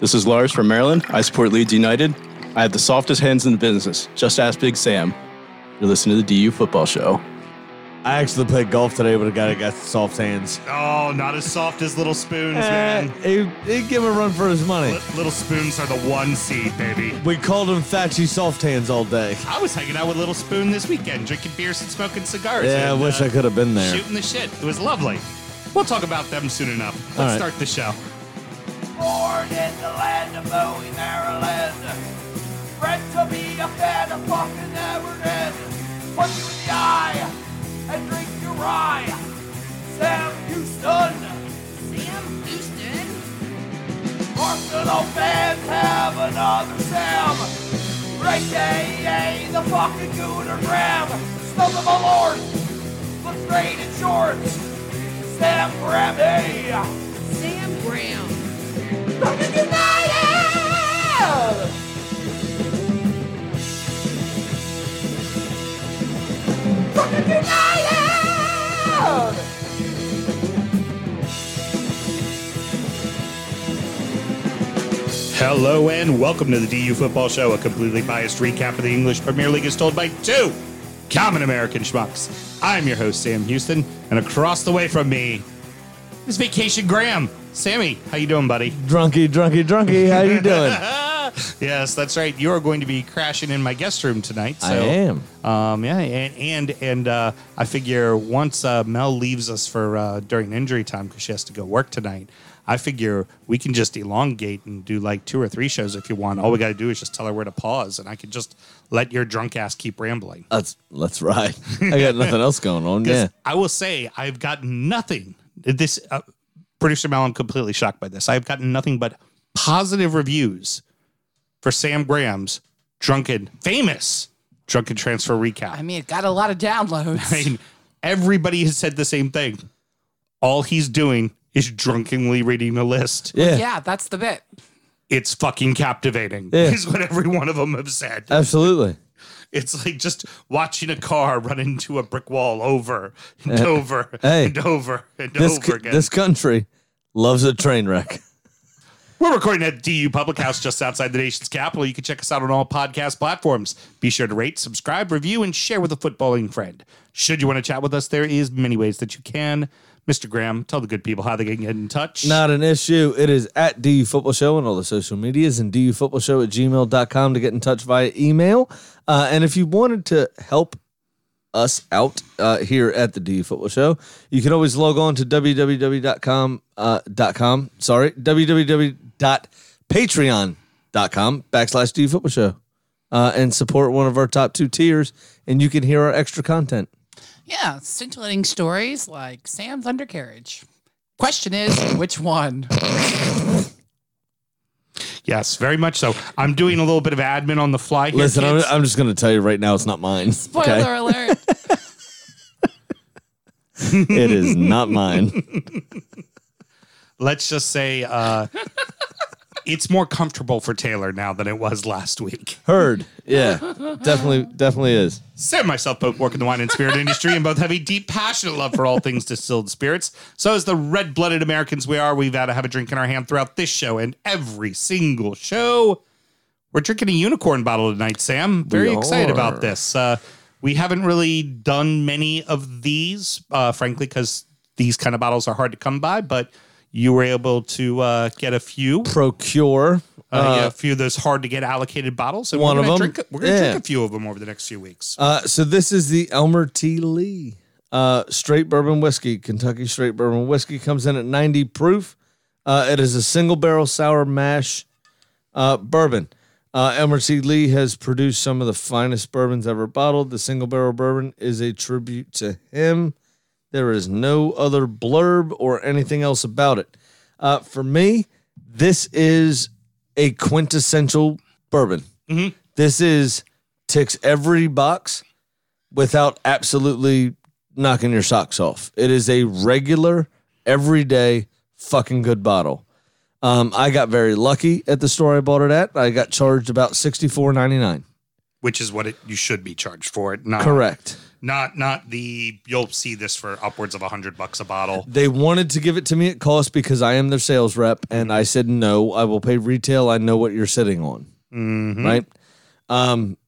This is Lars from Maryland. I support Leeds United. I have the softest hands in the business. Just ask Big Sam. You're listening to the DU Football Show. I actually played golf today with a guy that got soft hands. Oh, not as soft as Little Spoons, Uh. man. He, he give him a run for his money. Li- Little Spoons are the one seed, baby. We called him Thatchy Soft Hands all day. I was hanging out with Little Spoon this weekend, drinking beers and smoking cigars. Yeah, I and, wish uh, I could have been there. Shooting the shit. It was lovely. We'll talk about them soon enough. Let's All right. start the show. born in the land of Bowie, Maryland. Bred to be a fan of fucking Everton. Punch you in the eye and drink your rye. Sam Houston. Sam Houston? Arsenal fans have another Sam. Great day, the fucking Gooner Graham. Stump of a lord. Looks great in shorts. Sam Grammy. Sam Graham. Fucking United! Fucking United! Hello and welcome to the DU Football Show, a completely biased recap of the English Premier League as told by two common American schmucks. I'm your host, Sam Houston, and across the way from me is Vacation Graham. Sammy, how you doing, buddy? Drunky, drunky, drunky. How you doing? yes, that's right. You are going to be crashing in my guest room tonight. So, I am. Um, yeah, and and, and uh, I figure once uh, Mel leaves us for uh, during injury time because she has to go work tonight, I figure we can just elongate and do like two or three shows if you want. All we got to do is just tell her where to pause, and I can just let your drunk ass keep rambling. Let's let's ride. I got nothing else going on. 'Cause Yeah. I will say I've gotten nothing. This uh, producer Mel, I'm completely shocked by this. I've gotten nothing but positive reviews for Sam Graham's drunken, famous drunken transfer recap. I mean, it got a lot of I downloads. mean, everybody has said the same thing. All he's doing is drunkenly reading the list. Yeah. yeah, that's the bit. It's fucking captivating, Yeah. Uh, is what every one of them have said. Absolutely. It's like just watching a car run into a brick wall over and over hey, and over and This over cou- again. this country loves a train wreck. We're recording at DU Public House just outside the nation's capital. You can check us out on all podcast platforms. Be sure to rate, subscribe, review, and share with a footballing friend. Should you want to chat with us, there is many ways that you can. Mr. Graham, tell the good people how they can get in touch. Not an issue. It is at DU Football Show on all the social medias and DU Football Show at gmail.com to get in touch via email. Uh, and if you wanted to help us out uh, here at the DU Football Show, you can always log on to www.com, uh, dot com, sorry, www.patreon.com backslash DU Football Show uh, and support one of our top two tiers, and you can hear our extra content. Yeah, scintillating stories like Sam's undercarriage. Question is, which one? Yes, very much so. I'm doing a little bit of admin on the fly here. Listen, I'm, kids. I'm just going to tell you right now, it's not mine. Spoiler alert. It is not mine. let's just say uh, it's more comfortable for Taylor now than it was last week. Heard. Yeah. definitely definitely is. Sam and myself both work in the wine and spirit industry and both have a deep, passionate love for all things distilled spirits. So, as the red blooded Americans we are, we've had to have a drink in our hand throughout this show and every single show. We're drinking a unicorn bottle tonight, Sam. Very excited about this. Uh, we haven't really done many of these, uh, frankly, because these kind of bottles are hard to come by, but you were able to uh, get a few. Procure. Uh, yeah, a few of those hard to get allocated bottles, and one we're of gonna them. Drink, we're going to Yeah. drink a few of them over the next few weeks. Uh, so this is the Elmer T. Lee uh, straight bourbon whiskey. Kentucky straight bourbon whiskey comes in at 90 proof. Uh, it is a single barrel sour mash uh, bourbon. Uh, Elmer T. Lee has produced some of the finest bourbons ever bottled. The single barrel bourbon is a tribute to him. There is no other blurb or anything else about it. Uh, for me, this is a quintessential bourbon. This is ticks every box without absolutely knocking your socks off. It is a regular, everyday, fucking good bottle. Um, I got very lucky at the store I bought it at. I got charged about sixty four ninety nine. which is what it, you should be charged for. Not Correct. Not not the you'll see this for upwards of a hundred bucks a bottle. They wanted to give it to me at cost because I am their sales rep, and I said no. I will pay retail. I know what you're sitting on, right? Um,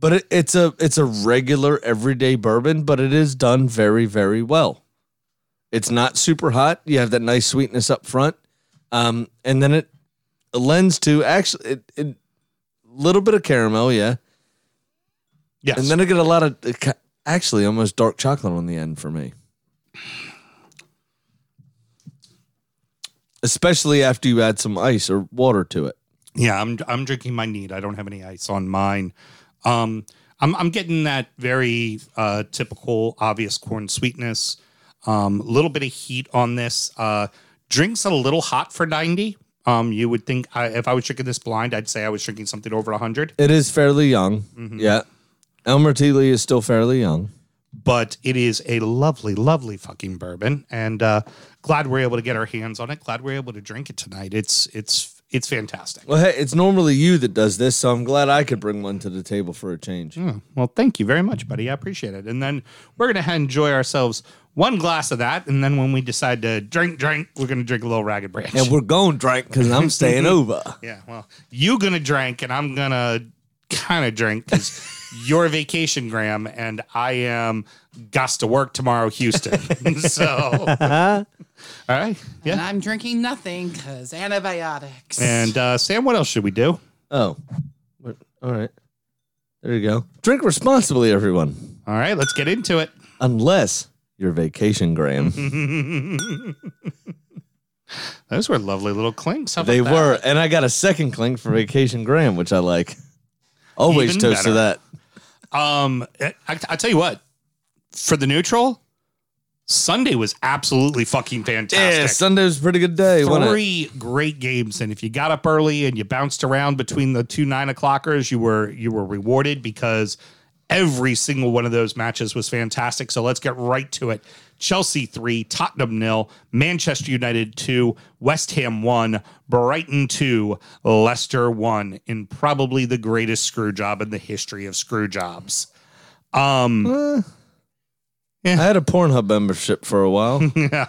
but it, it's a it's a regular everyday bourbon, but it is done very very well. It's not super hot. You have that nice sweetness up front, um, and then it lends to actually it, it little bit of caramel, yeah, Yes. and then I get a lot of it ki- actually almost dark chocolate on the end for me. Especially after you add some ice or water to it. Yeah, I'm I'm drinking my need. I don't have any ice on mine. Um, I'm I'm getting that very uh, typical obvious corn sweetness. A um, little bit of heat on this. Uh, drinks a little hot for ninety. Um, you would think I, if I was drinking this blind, I'd say I was drinking something over hundred. It is fairly young. Yeah. Elmer T. Lee is still fairly young. But it is a lovely, lovely fucking bourbon, and uh, glad we're able to get our hands on it. Glad we're able to drink it tonight. It's it's it's fantastic. Well, hey, it's normally you that does this, so I'm glad I could bring one to the table for a change. Mm, Well, thank you very much, buddy. I appreciate it. And then we're going to enjoy ourselves one glass of that. And then when we decide to drink, drink, we're going to drink a little Ragged Branch. And we're going drink because I'm staying over. yeah. Well, you going to drink and I'm going to kind of drink because you're vacation, Graham, and I am gots to work tomorrow, Houston. so, all right. And Yeah. I'm drinking nothing because antibiotics. And uh, Sam, what else should we do? Oh, What- all right. There you go. Drink responsibly, everyone. All right, let's get into it. unless you're vacation Graham. Those were lovely little clinks. How about they that? were, and I got a second clink for vacation Graham, which I like. Always Even toast to better. that. Um, I, I tell you what, for the neutral, Sunday was absolutely fucking Yeah, fantastic. Sunday was a pretty good day. wasn't it? Three great games, and if you got up early and you bounced around between the two nine o'clockers, you were you were rewarded because every single one of those matches was fantastic. So let's get right to it. Chelsea three, Tottenham nil, Manchester United two, West Ham one, Brighton two, Leicester one, in probably the greatest screw job in the history of screw jobs. Um, I had a Pornhub membership for a while. yeah.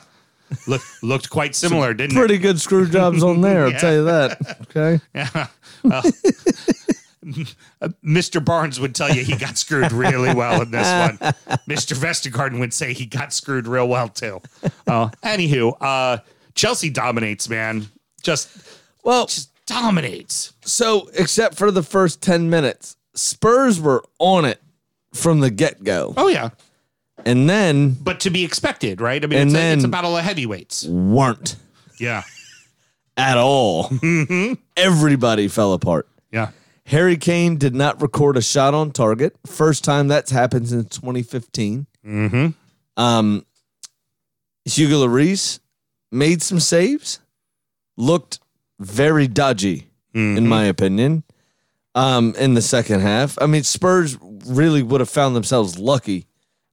Look, looked quite similar, didn't it? pretty good screw jobs on there, I'll tell you that. Okay. Yeah. Well, Mr. Barnes would tell you he got screwed really well in this one. Mr. Vestergaarden would say he got screwed real well too. Uh, anywho, uh, Chelsea dominates, man. Just Well, just dominates. so except for the first 10 minutes, Spurs were on it from the get go. Oh yeah, And then but to be expected, right? I mean, And it's, a, then- it's a battle of heavyweights. weren't Yeah, at all. Mm-hmm. Everybody fell apart. yeah. Harry Kane did not record a shot on target. First time that's happened since 2015. Mm-hmm. Um, Hugo Lloris made some saves, looked very dodgy, Mm-hmm. in my opinion, um, in the second half. I mean, Spurs really would have found themselves lucky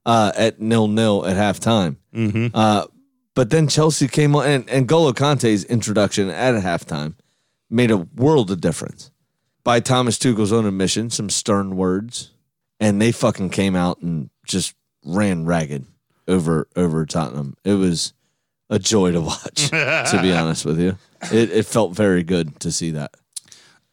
uh, at nil nil at halftime. Mm-hmm. Uh, but then Chelsea came on, and, and Golo Conte's introduction at halftime made a world of difference. By Thomas Tuchel's own admission, some stern words, and they fucking came out and just ran ragged over over Tottenham. It was a joy to watch, to be honest with you. It, it felt very good to see that.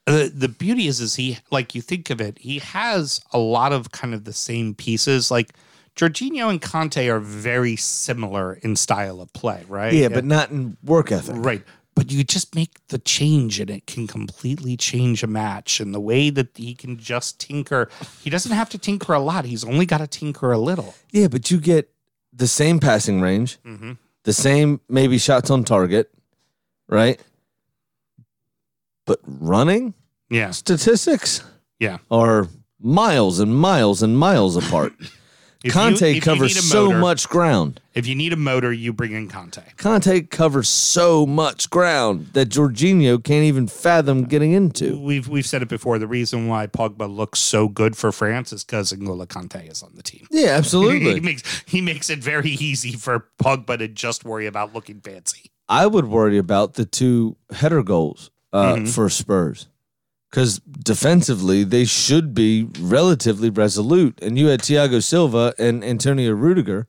the the beauty is is he like you think of it, he has a lot of kind of the same pieces. Like Jorginho and Conte are very similar in style of play, right? Yeah, but not in work ethic. right. But you just make the change and it can completely change a match. And the way that he can just tinker, he doesn't have to tinker a lot. He's only got to tinker a little. Yeah, but you get the same passing range, the same maybe shots on target, right? But running Yeah. statistics Yeah. are miles and miles and miles apart. If you- if Conte you covers need a so motor- much ground. If you need a motor, you bring in Conte. Conte covers so much ground that Jorginho can't even fathom getting into. We've we've said it before. The reason why Pogba looks so good for France is because N'Golo Conte is on the team. Yeah, he absolutely. makes he makes it very easy for Pogba to just worry about looking fancy. Mm-hmm. I would worry about the two header goals uh, for Spurs because defensively they should be relatively resolute. And you had Thiago Silva and Antonio Rudiger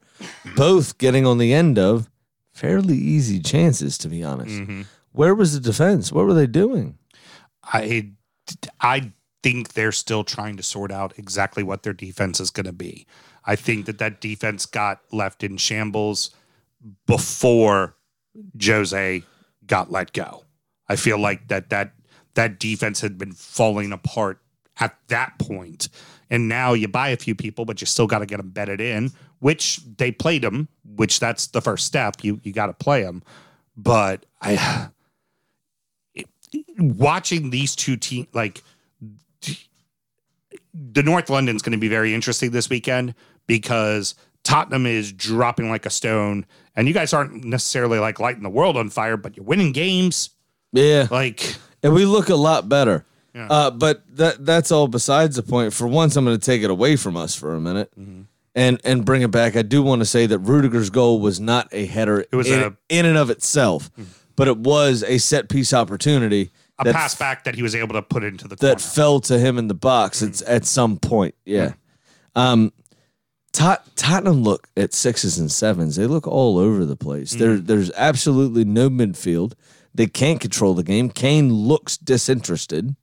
both getting on the end of fairly easy chances, to be honest. Mm-hmm. Where was the defense? What were they doing? I I think they're still trying to sort out exactly what their defense is going to be. I think that that defense got left in shambles before Jose got let go. I feel like that that that defense had been falling apart at that point. And now you buy a few people, but you still got to get them bedded in, which they played them, which that's the first step. You you got to play them. But I watching these two teams, like the North London's going to be very interesting this weekend because Tottenham is dropping like a stone, and you guys aren't necessarily like lighting the world on fire, but you're winning games. Yeah. Like, and we look a lot better. Yeah. Uh, but that that's all besides the point. For once, I'm going to take it away from us for a minute Mm-hmm. and and bring it back. I do want to say that Rudiger's goal was not a header. It was in, a- Mm. in and of itself, but it was a set piece opportunity a that, pass back that he was able to put into the corner. that fell to him in the box at, at some point. Yeah. Um, Tot- Tottenham look at sixes and sevens. They look all over the place. There, there's absolutely no midfield. They can't control the game. Kane looks disinterested.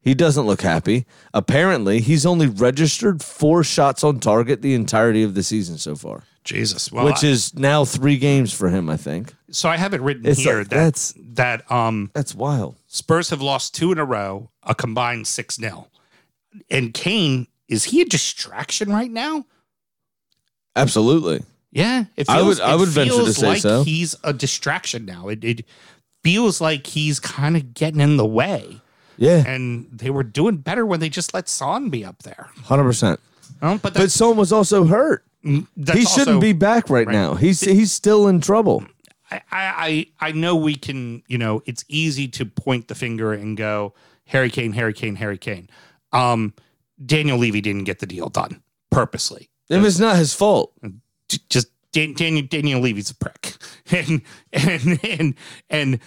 He doesn't look happy. Apparently, he's only registered four shots on target the entirety of the season so far, Jesus, well, which I- is now three games for him. I think so I have it written It's here like- that that's- that um that's wild. Spurs have lost two in a row, a combined six 0 and Kane is he a distraction right now? Absolutely. Yeah, it I would- I it would venture to feels say like so. He's a distraction now. It, it feels like he's kind of getting in the way, Yeah, and they were doing better when they just let Son be up there. hundred percent. Um, but But that's, Son was also hurt. that's he shouldn't also- be back right, now. He's he's still in trouble. I, I I I know we can. You know, it's easy to point the finger and go Harry Kane, Harry Kane, Harry Kane. Um, Daniel Levy didn't get the deal done purposely. It was not his fault. j- just Dan, Daniel Daniel Levy's a prick, and and and and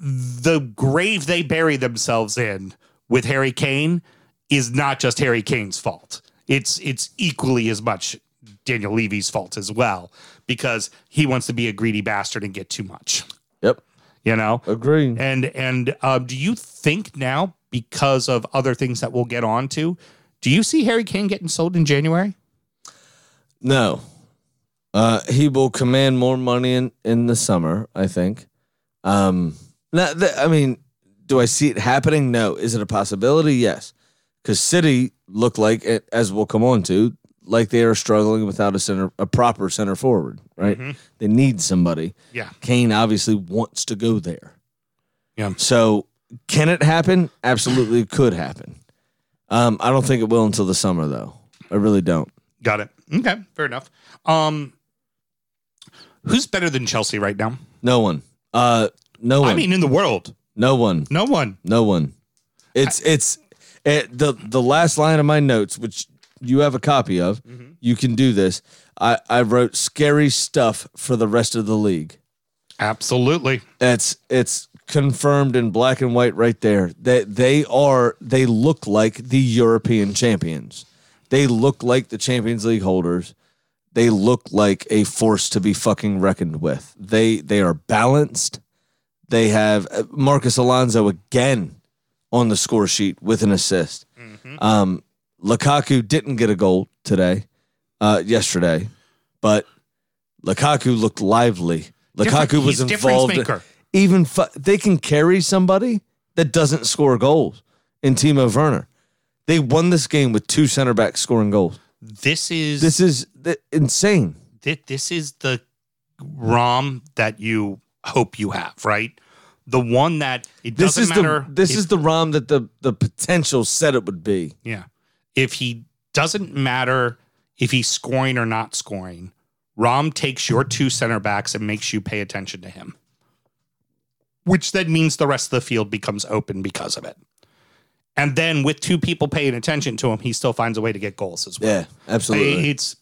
the grave they bury themselves in with Harry Kane is not just Harry Kane's fault. It's it's equally as much Daniel Levy's fault as well because he wants to be a greedy bastard and get too much. Yep. You know, Agree. and and um, do you think now because of other things that we'll get on to, do you see Harry Kane getting sold in January? No. Uh, he will command more money in, in the summer, I think. Um, not that, I mean, do I see it happening? No. Is it a possibility? Yes. Because City look like, it, as we'll come on to, like they are struggling without a center, a proper center forward, right? Mm-hmm. They need somebody. Yeah. Kane obviously wants to go there. Yeah. So can it happen? Absolutely, it could happen. Um, I don't think it will until the summer, though. I really don't. Got it. Okay, fair enough. Um, who's better than Chelsea right now? No one. Uh, no one. I mean, in the world, no one. no one. No one. It's it's it, the the last line of my notes, which you have a copy of. Mm-hmm. You can do this. I I wrote scary stuff for the rest of the league. Absolutely. That's it's confirmed in black and white right there. That they are they look like the European champions. They look like the Champions League holders. They look like a force to be fucking reckoned with. They they are balanced. They have uh, Marcus Alonso again on the score sheet with an assist. Mm-hmm. Um, Lukaku didn't get a goal today, uh, yesterday, but Lukaku looked lively. Different- Lukaku was he's difference involved. maker. Even fu- they can carry somebody that doesn't score goals in Timo Werner. They won this game with two center backs scoring goals. This is this This is th- insane. thi- this is the ROM that you hope you have, right? The one that it This doesn't is matter. the this if- is the ROM that the the potential said it would be. yeah. If he doesn't matter if he's scoring or not scoring, Rom takes your two center backs and makes you pay attention to him. which then means the rest of the field becomes open because of it. And then with two people paying attention to him, he still finds a way to get goals as well. Yeah, absolutely. It's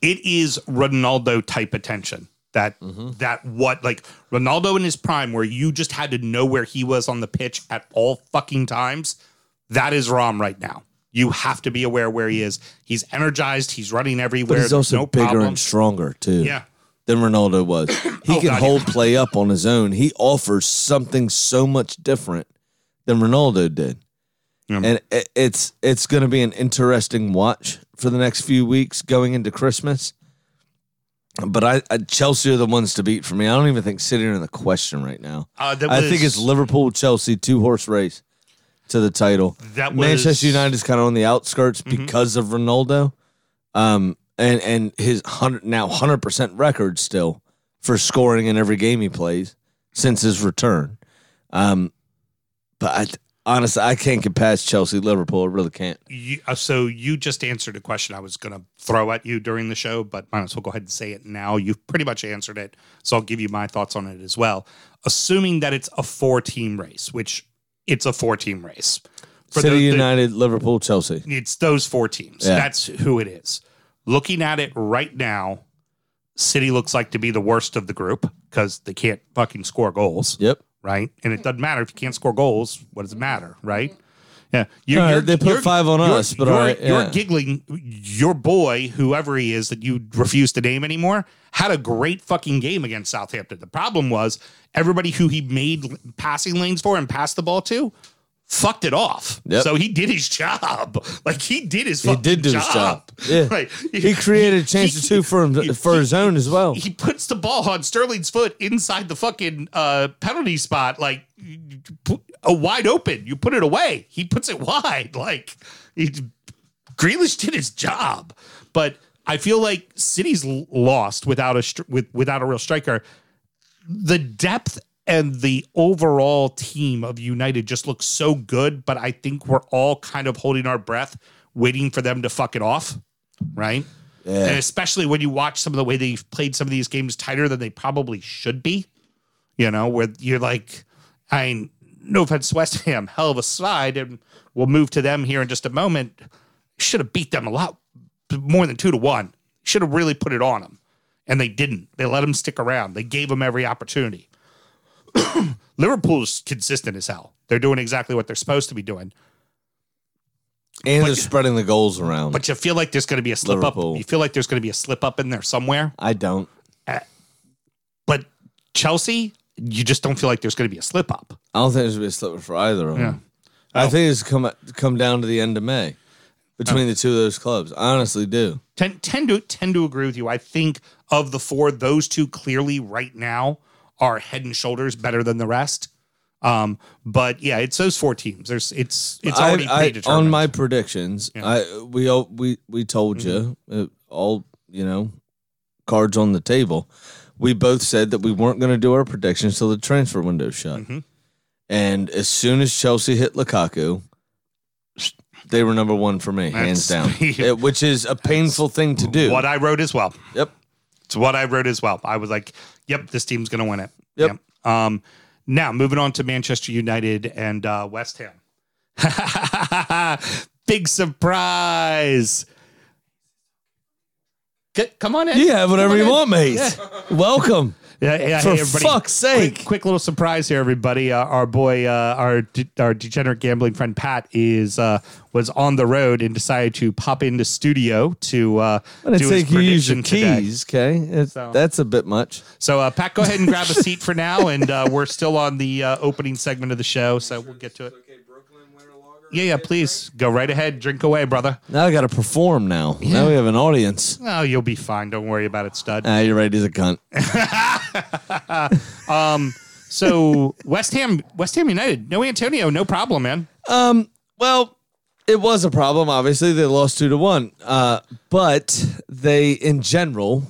it is Ronaldo type attention. That Mm-hmm. that what like Ronaldo in his prime, where you just had to know where he was on the pitch at all fucking times. That is Rom right now. You have to be aware where he is. He's energized. He's running everywhere. But he's there's also no bigger problem. and stronger too. Yeah. Than Ronaldo was. He Oh, can God, hold play up on his own. He offers something so much different than Ronaldo did. Yeah. And i- it's it's going to be an interesting watch for the next few weeks going into Christmas. But I, I Chelsea are the ones to beat for me. I don't even think City are in the question right now. Uh, that I think was- it's Liverpool Chelsea two horse race to the title. That was- Mm-hmm. Manchester United is kind of on the outskirts because of Ronaldo, um, and and his hundred now hundred percent record still for scoring in every game he plays since his return. Um, but I, honestly, I can't get past Chelsea Liverpool. I really can't. you, uh, so you just answered a question I was going to throw at you during the show, but might as well go ahead and say it now. You've pretty much answered it, so I'll give you my thoughts on it as well. Assuming that it's a four-team race, which it's a four-team race. For City the- the- United, Liverpool, Chelsea. it's those four teams. Yeah. That's who it is. Looking at it right now, City looks like to be the worst of the group because they can't fucking score goals, Yep. right? And it doesn't matter if you can't score goals. What does it matter, right? Yeah, you, All right, Uh, they put five on us, but you're, all right, you're yeah. giggling. Your boy, whoever he is, that you refuse to name anymore, had a great fucking game against Southampton. The problem was everybody who he made l- passing lanes for and passed the ball to fucked it off. Yep. So he did his job. Like he did his. He Fucking did do job. his job. Yeah. Like, He created chances too for him he- for his own as well. he puts the ball on Sterling's foot inside the fucking uh, penalty spot, like you- you put- a wide open. You put it away. He puts it wide. Like he, Grealish did his job, but I feel like City's l- lost without a str- with, without a real striker. The depth and the overall team of United just looks so good, but I think we're all kind of holding our breath, waiting for them to fuck it off, right? And especially when you watch some of the way they've played some of these games tighter than they probably should be, you know, where you're like, I mean, no offense, West Ham, hell of a side, and we'll move to them here in just a moment. Should have beat them a lot more than two to one. Should have really put it on them, and they didn't. They let them stick around. They gave them every opportunity. Liverpool's consistent as hell. They're doing exactly what they're supposed to be doing. And they're spreading the goals around. But you feel like there's going to be a slip Liverpool. up. You feel like there's going to be a slip up in there somewhere. Uh, I don't. But Chelsea, you just don't feel like there's going to be a slip up. I don't think there's gonna be a slipper for either of them. I think it's come come down to the end of May between the two of those clubs. I honestly do. Tend, tend to tend to agree with you. I think of the four, those two clearly right now are head and shoulders better than the rest. Um, but yeah, it's those four teams. There's it's it's already I- I- predetermined. on my predictions. I we all we we told Mm-hmm. you uh, all you know cards on the table. We both said that we weren't going to do our predictions till the transfer window shut. Mm-hmm. And as soon as Chelsea hit Lukaku, they were number one for me, hands down. That's- It- which is a painful thing to do. what I wrote as well. yep. It's what I wrote as well. I was like, "Yep, this team's going to win it." Yep. Um, now moving on to Manchester United and uh, West Ham. Big surprise. C- come on in. You have whatever Come on you in. want, mate. Welcome. Yeah, yeah, For hey, everybody. fuck's sake. Quick, quick little surprise here, everybody. Uh, our boy, uh, our de- our degenerate gambling friend Pat is uh, was on the road and decided to pop into studio to uh, I didn't do think his you use prediction your today. keys, okay? It's- So- That's a bit much. So, uh, Pat, go ahead and grab a seat for now, and uh, we're still on the uh, opening segment of the show, so we'll get to it. Yeah, yeah, please go right ahead, drink away, brother. Now I got to perform now. Now we have an audience. Oh, you'll be fine. Don't worry about it, stud. Ah, you're right. He's a cunt. So, West Ham, West Ham United, no Antonio, no problem, man. Um, Well, it was a problem. Obviously, they lost two to one. Uh, but they, in general,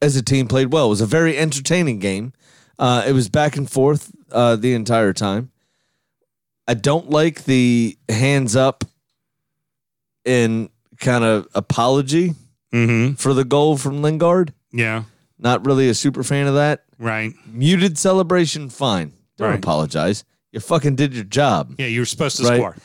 as a team, played well. It was a very entertaining game. Uh, it was back and forth uh, the entire time. I don't like the hands up in kind of apology Mm-hmm. for the goal from Lingard. Yeah, Not really a super fan of that. right. Muted celebration, fine. Don't Right. apologize. You fucking did your job. Yeah, you were supposed to Right. score.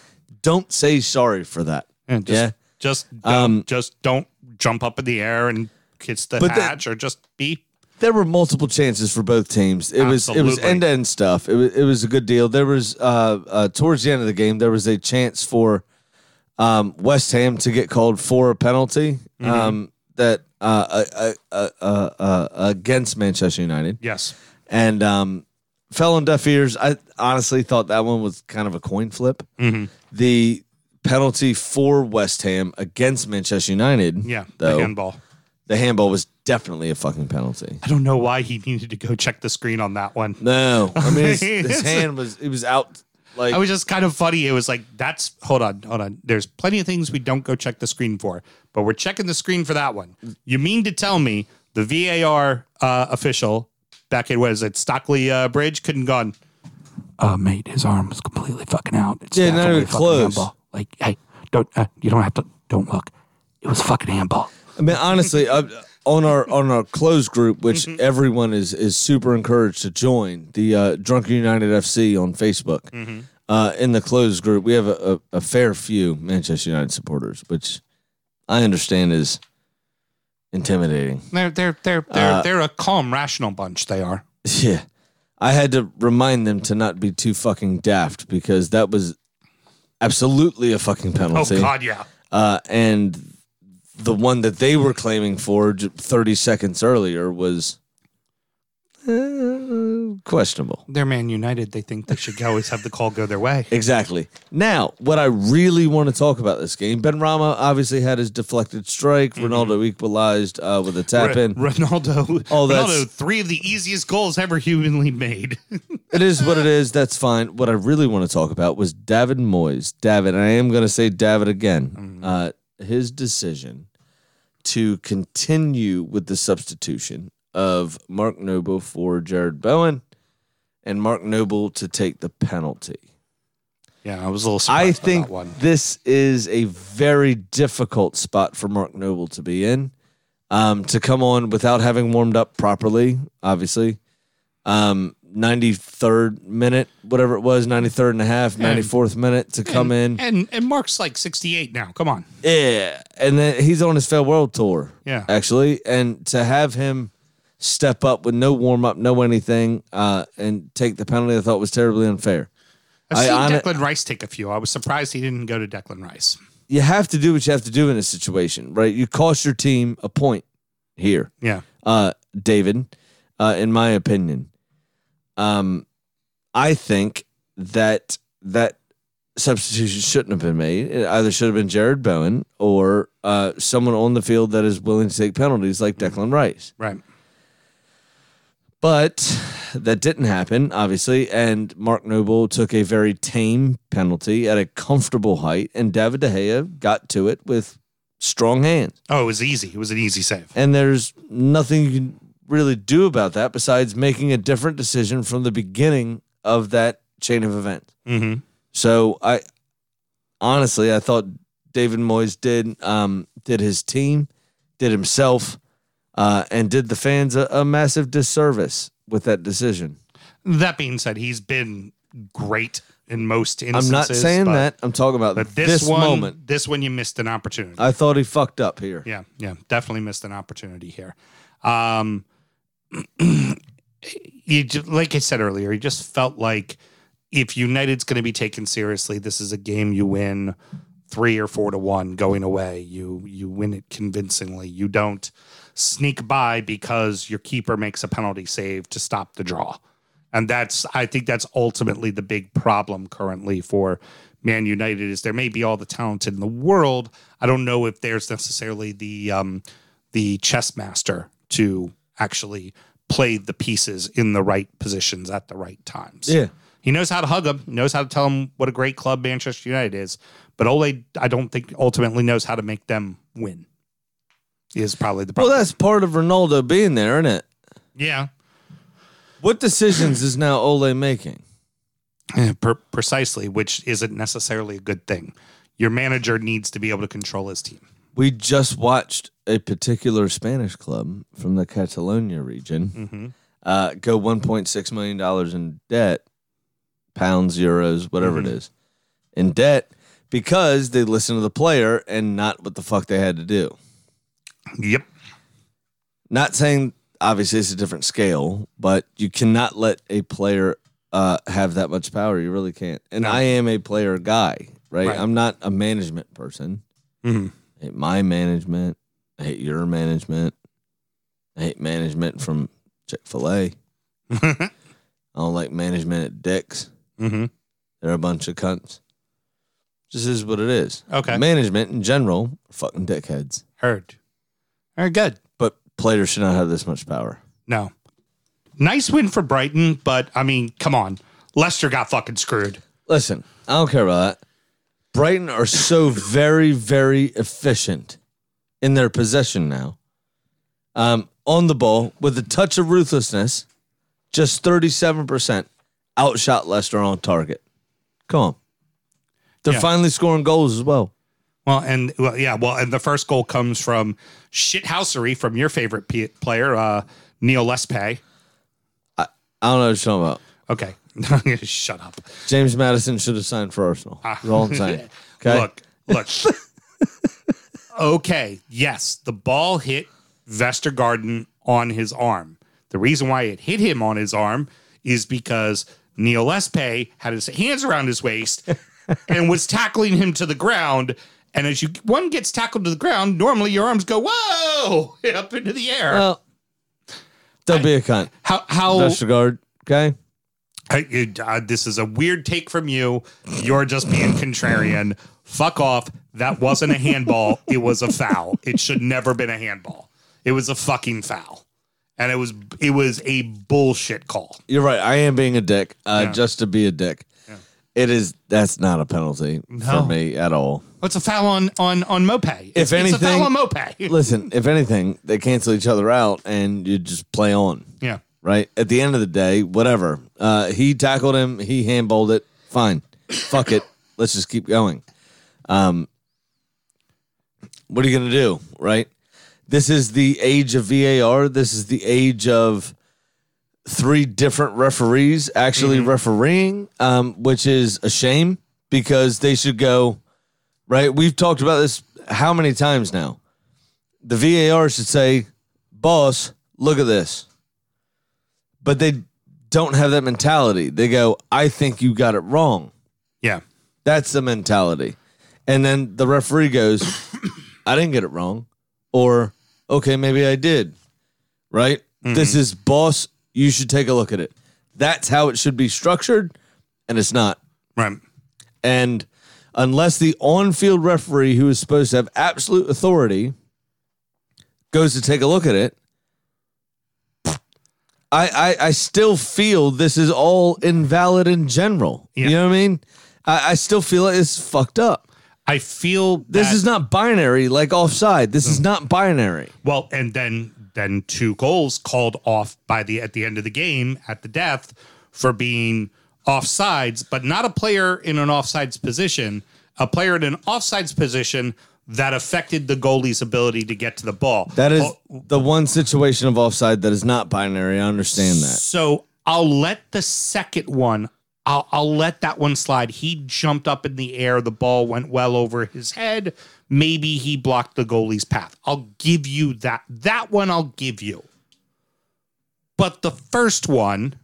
Don't say sorry for that. And just, Yeah. just, don't, Um, just don't jump up in the air and kiss the But the- hatch, or just be there were multiple chances for both teams. It was it was Absolutely. end to end stuff. It was it was a good deal. There was uh, uh towards the end of the game there was a chance for um West Ham to get called for a penalty Mm-hmm. um that uh, uh, uh, uh, uh against Manchester United Yes. and um fell on deaf ears. I honestly thought that one was kind of a coin flip. Mm-hmm. The penalty for West Ham against Manchester United. Yeah. though, The handball. the handball was definitely a fucking penalty. I don't know why he needed to go check the screen on that one. No, I mean his, his It's- hand was it was out like I was just kind of funny. It was like, that's hold on, hold on. There's plenty of things we don't go check the screen for, but we're checking the screen for that one. You mean to tell me the VAR uh, official back at what is it, Stockley uh, Bridge, couldn't gone. uh, mate, his arm was completely fucking out. It's Yeah, not definitely even a fucking close. handball. Like, hey, don't uh, you don't have to don't look. It was a fucking handball. I mean honestly uh, on our on our closed group, which Mm-hmm. everyone is is super encouraged to join the uh, Drunken United FC on Facebook. Mm-hmm. Uh, in the closed group, we have a, a, a fair few Manchester United supporters, which I understand is intimidating. They're they're they're they're, Uh, they're a calm, rational bunch. They are. Yeah. I had to remind them to not be too fucking daft because that was absolutely a fucking Oh penalty. God, yeah. Uh, and the one that they were claiming for j- 30 seconds earlier was uh, questionable. They're Man United. They think they should always have the call go their way. Exactly. Now, what I really want to talk about this game, Ben Rama obviously had his deflected strike. Ronaldo equalized uh, with a tap in. Re- Ronaldo. Oh, that's- Ronaldo, three of the easiest goals ever humanly made. It is what it is. That's fine. What I really want to talk about was David Moyes. David, and I am going to say David again. Uh, his decision to continue with the substitution of Mark Noble for Jared Bowen and Mark Noble to take the penalty. yeah, I was a little. I Surprised by think that one. this is a very difficult spot for Mark Noble to be in. Um, to come on without having warmed up properly, obviously. Um, 93rd minute, whatever it was, 93rd and a half, 94th minute to come in. And and Mark's like 68 now. Come on. Yeah. And then he's on his farewell tour. Yeah. Actually. And to have him step up with no warm up, no anything, uh, and take the penalty I thought was terribly unfair. I've I seen hon- Declan Rice take a few. I was surprised he didn't go to Declan Rice. you have to do what you have to do in a situation, right? You cost your team a point here, Yeah. uh, David. Uh, in my opinion, um, I think that that substitution shouldn't have been made. It either should have been Jared Bowen or uh, someone on the field that is willing to take penalties, like Declan Rice. Right. But that didn't happen, obviously. And Mark Noble took a very tame penalty at a comfortable height, and David De Gea got to it with strong hands. Oh, it was easy. It was an easy save. And there's nothing you can really do about that besides making a different decision from the beginning of that chain of events. Mm-hmm. So I honestly, I thought David Moyes did um, did his team, did himself, uh, and did the fans a, a massive disservice with that decision. That being said, he's been great in most instances. I'm not saying but- that. I'm talking about But this, this, one, moment. this one, you missed an opportunity. I thought he fucked up here. Yeah, yeah, definitely missed an opportunity here. Um, you ju- like I said earlier, you just felt like if United's going to be taken seriously, this is a game you win three or four to one going away. You you win it convincingly. You don't sneak by because your keeper makes a penalty save to stop the draw. And that's I think that's ultimately the big problem currently for Man United is there may be all the talent in the world. I don't know if there's necessarily the um, the chess master to actually play the pieces in the right positions at the right times. Yeah. He knows how to hug them, knows how to tell them what a great club Manchester United is, but Ole I don't think ultimately knows how to make them win. Is probably the Well, problem. that's part of Ronaldo being there, isn't it? yeah. What decisions is now Ole making? Eh, Per- precisely, which isn't necessarily a good thing. Your manager needs to be able to control his team. We just watched a particular Spanish club from the Catalonia region Mm. uh, go 1.6 million dollars in debt, pounds, euros, whatever Mm-hmm. it is, in debt because they listened to the player and not what the fuck they had to do. Yep. Not saying obviously it's a different scale, but you cannot let a player uh, have that much power. You really can't. And I am a player guy, right? Right. I'm not a management person. Mhm. I hate my management. I hate your management. I hate management from Chick Fil A. Mm-hmm. I don't like management at Dick's. Mhm. They're a bunch of cunts. Just is what it is. Okay. Management in general are fucking dickheads. Heard. All right, good. But players should not have this much power. No. Nice win for Brighton, but I mean, come on. Leicester got fucking screwed. Listen, I don't care about that. Brighton are so very, very efficient in their possession now. Um, on the ball with a touch of ruthlessness, just 37% outshot Leicester on target. Come on. They're Yeah. finally scoring goals as well. Well, and well, yeah, well, and the first goal comes from shithousery from your favorite p- player, uh, Neil Lespay. I don't know what you're talking about. Okay, shut up. James Madison should have signed for Arsenal. That's all I'm saying. Okay. Ah. Look, look. okay, yes, the ball hit Vestergaarden on his arm. The reason why it hit him on his arm is because Neil Lespay had his hands around his waist and was tackling him to the ground. And as you one gets tackled to the ground, normally your arms go whoa up into the air. Well, don't be a cunt. how how Vestergaard, okay? I, you- uh, this is a weird take from you. You're just being contrarian. Fuck off. That wasn't a handball. It was a foul. It should never been a handball. It was a fucking foul, and it was it was a bullshit call. You're right. I am being a dick, uh, Yeah. just to be a dick. It is that's not a penalty for me at all. What's a foul on on on Mope? It's, it's a anything- foul on Mope. Listen, if anything, they cancel each other out and you just play on, Yeah, right? At the end of the day, whatever. Uh, he tackled him, he handballed it. Fine. Fuck it. Let's just keep going. Um, what are you going to do, right? This is the age of VAR. This is the age of three different referees actually refereeing, um, which is a shame because they should go right. We've talked about this how many times now. The VAR should say, "Boss, look at this," but they don't have that mentality. They go, "I think you got it wrong." yeah, That's the mentality, and then the referee goes, "I didn't get it wrong," or "Okay, maybe I did." right? This is boss. You should take a look at it. That's how it should be structured, and it's not. right. And unless the on field referee, who is supposed to have absolute authority, goes to take a look at it, I, I, I still feel this is all invalid in general. Yeah. You know what I mean? I, I still feel it's fucked up. I feel This that- Mm. is not binary like offside. This is not binary. Well, and then then two goals called off by the at the end of the game at the death for being offsides, but not a player in an offsides position, a player in an offsides position that affected the goalie's ability to get to the ball. That is Well, the one situation of offside that is not binary. I understand that. so I'll let the second one. I'll, I'll let that one slide. He jumped up in the air. The ball went well over his head. Maybe he blocked the goalie's path. I'll give you that. That one I'll give you. But the first one,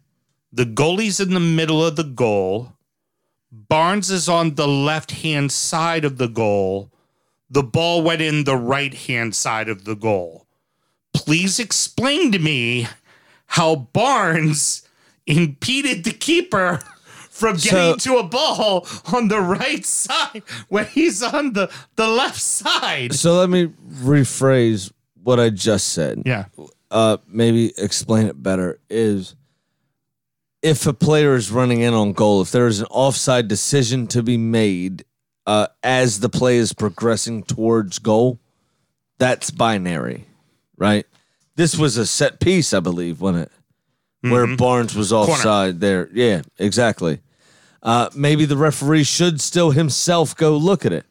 the goalie's in the middle of the goal. Barnes is on the left hand side of the goal. The ball went in the right hand side of the goal. Please explain to me how Barnes impeded the keeper from So- getting to a ball on the right side when he's on the, the left side. So let me rephrase what I just said. Yeah. Uh, maybe explain it better. Is if a player is running in on goal, if there is an offside decision to be made uh, as the play is progressing towards goal, that's binary, right? This was a set piece, I believe, wasn't it? Where Barnes was offside there. Yeah, exactly. Uh, maybe the referee should still himself go look at it.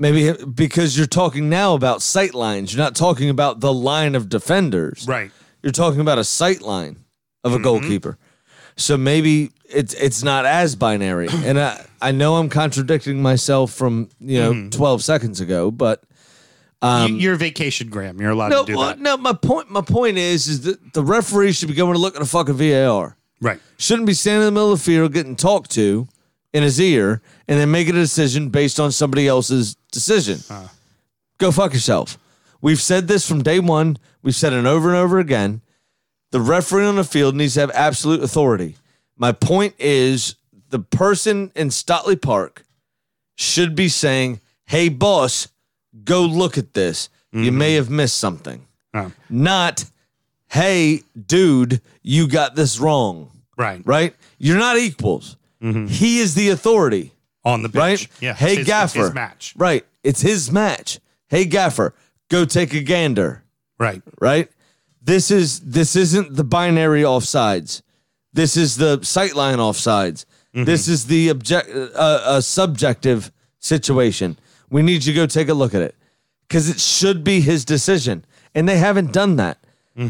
Maybe because you're talking now about sight lines, you're not talking about the line of defenders. Right. You're talking about a sight line of a Mm-hmm. goalkeeper. So maybe it's it's not as binary. And Mm-hmm. I I know I'm contradicting myself from, you know, 12 seconds ago, but You- You're vacation, Graham. You're allowed Um, No, to do well, that. no. My point, my point is, is that the referee should be going to look at a fucking VAR. Right. Shouldn't be standing in the middle of the field getting talked to in his ear and then making a decision based on somebody else's decision. Go fuck yourself. We've said this from day one. We've said it over and over again. The referee on the field needs to have absolute authority. My point is, the person in Stotley Park should be saying, "Hey, boss, go look at this. You may have missed something." Oh, not hey dude you got this wrong right. right you're not equals he is the authority On the bench. right Mm-hmm. Yeah. hey it's his- it's gaffer his match. right it's his match hey gaffer go take a gander Right. right this is this isn't the binary offsides this is the sightline offsides this is the object uh, uh, subjective situation we need you to go take a look at it because it should be his decision and they haven't done that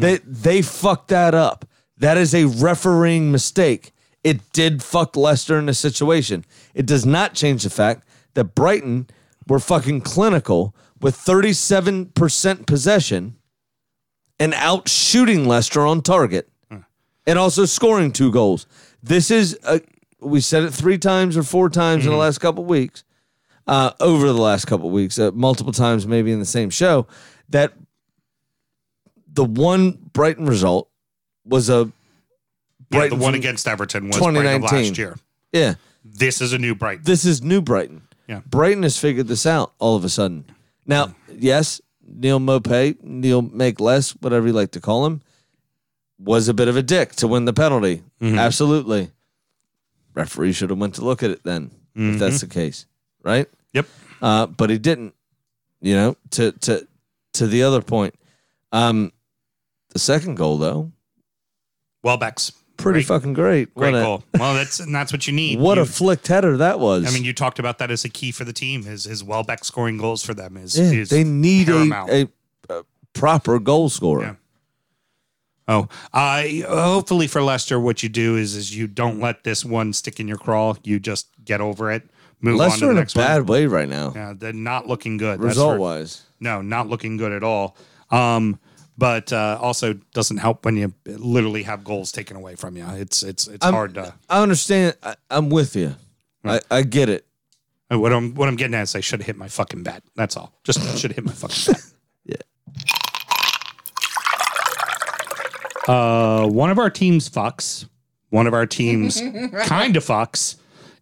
they they fucked that up that is a refereeing mistake it did fuck Leicester in the situation it does not change the fact that Brighton were fucking clinical with 37% possession and out shooting Leicester on target and also scoring two goals. This is, a, we said it three times or four times in the last couple weeks, uh, over the last couple weeks, uh, multiple times, maybe in the same show, that the one Brighton result was a, Yeah, the Brighton's one in against Everton was Brighton of 2019. last year. yeah, This is a new Brighton. this is new Brighton. Yeah. Brighton has figured this out all of a sudden. Now, yes, Neil Mope, Neil Make Less, whatever you like to call him, was a bit of a dick to win the penalty. Mm-hmm. Absolutely. Referee should have went to look at it then, if that's the Mm-hmm. case, right? Yep. Uh, but he didn't. You know, to to to the other point. Um, the second goal though, Welbeck's pretty Great- fucking great. great what goal. Well, that's and that's what you A, need. what you, a flicked header that was. I mean, you talked about that as a key for the team. Is is Welbeck scoring goals for them? Is Yeah, is they need paramount. a, a, a proper goal scorer. Yeah. Oh, I hopefully for Leicester, what you do is is you don't let this one stick in your crawl. You just get over it, move on to Leicester the in a next bad one. way right now, Yeah, they're not looking good. That's result for- wise. no, not looking good at all. Um, but uh, also doesn't help when you literally have goals taken away from you. It's it's it's I'm- hard to. I understand. I, I'm with you. I, I get it. Uh, What I'm what I'm getting at is I should have hit my fucking bat. That's all. Just should have hit my fucking bat. yeah. Uh, one of our teams fucks. One of our teams kind of fucks,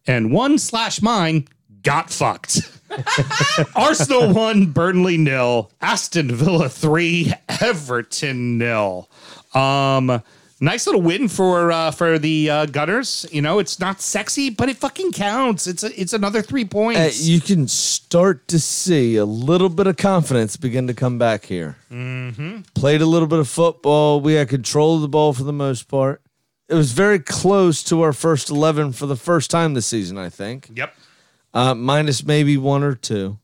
and one slash mine got fucked. Arsenal one, Burnley nil, Aston Villa three, Everton nil. Um, nice little win for uh, for the uh, Gunners. You know, it's not sexy, but it fucking counts. It's a, it's another three points. Uh, you can start to see a little bit of confidence begin to come back here. Mm-hmm. Played a little bit of football. We had control of the ball for the most part. It was very close to our first 11 for the first time this season, I think, yep, uh, minus maybe one or two.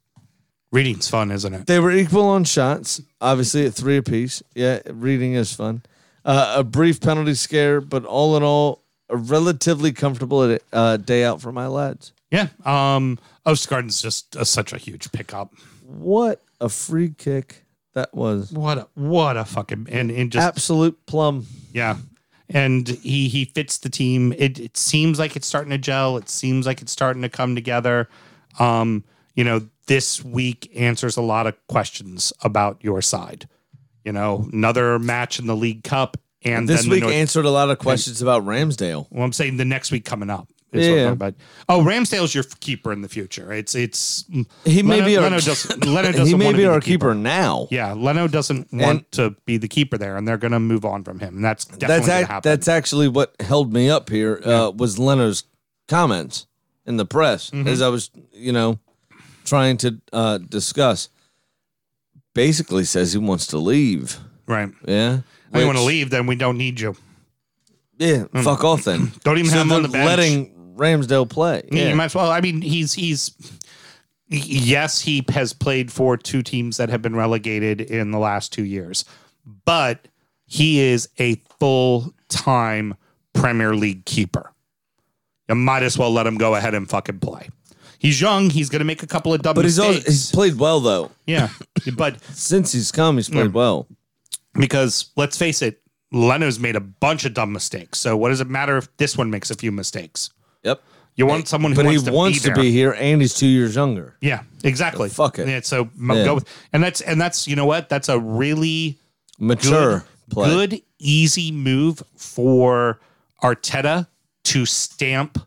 reading's fun, isn't it? They were equal on shots, obviously at three apiece. Yeah, reading is fun. Uh, a brief penalty scare, but all in all, a relatively comfortable uh, day out for my lads. Yeah. Um, Ostergaard's just uh such a huge pickup. What a free kick that was! What a what a fucking and and just Absolute plum. Yeah. And he he fits the team. It it seems like it's starting to gel. It seems like it's starting to come together. Um, you know, this week answers a lot of questions about your side. You know, another match in the League Cup and This then week the North- answered a lot of questions about Ramsdale. well, I'm saying the next week coming up. Is what I'm Yeah. talking about. Oh, Ramsdale's your keeper in the future. It's it's He may Leno- be our- Leno doesn't, Leno doesn't He may want to be the our keeper, now. Yeah, Leno doesn't want to be the keeper there, and they're going to move on from him. And that's definitely That's going to ac- happen. that's actually what held me up here uh, was Leno's comments in the press Mm-hmm. as I was you know trying to uh, discuss. Basically says he wants to leave. right. Yeah, we want to Which- leave, then we don't need you. Yeah, fuck off then. Mm. Don't even So have him on they're the bench. Letting Ramsdale play. Yeah, Yeah. You might as well. I mean, he's he's yes, he has played for two teams that have been relegated in the last two years, but he is a full time Premier League keeper. You might as well let him go ahead and fucking play. He's young. He's going to make a couple of dumb But he's also, mistakes. he's played well though. yeah, but Since he's come, he's Mm. played well. because let's face it, Leno's made a bunch of dumb mistakes. So what does it matter if this one makes a few mistakes? Yep. You want someone who But he wants to wants be there. to be here, and he's two years younger. Yeah, exactly. Fuck it. Yeah, so m- Yeah. go with, and that's and that's you know what? That's a really Mature good, play. good easy move for Arteta to stamp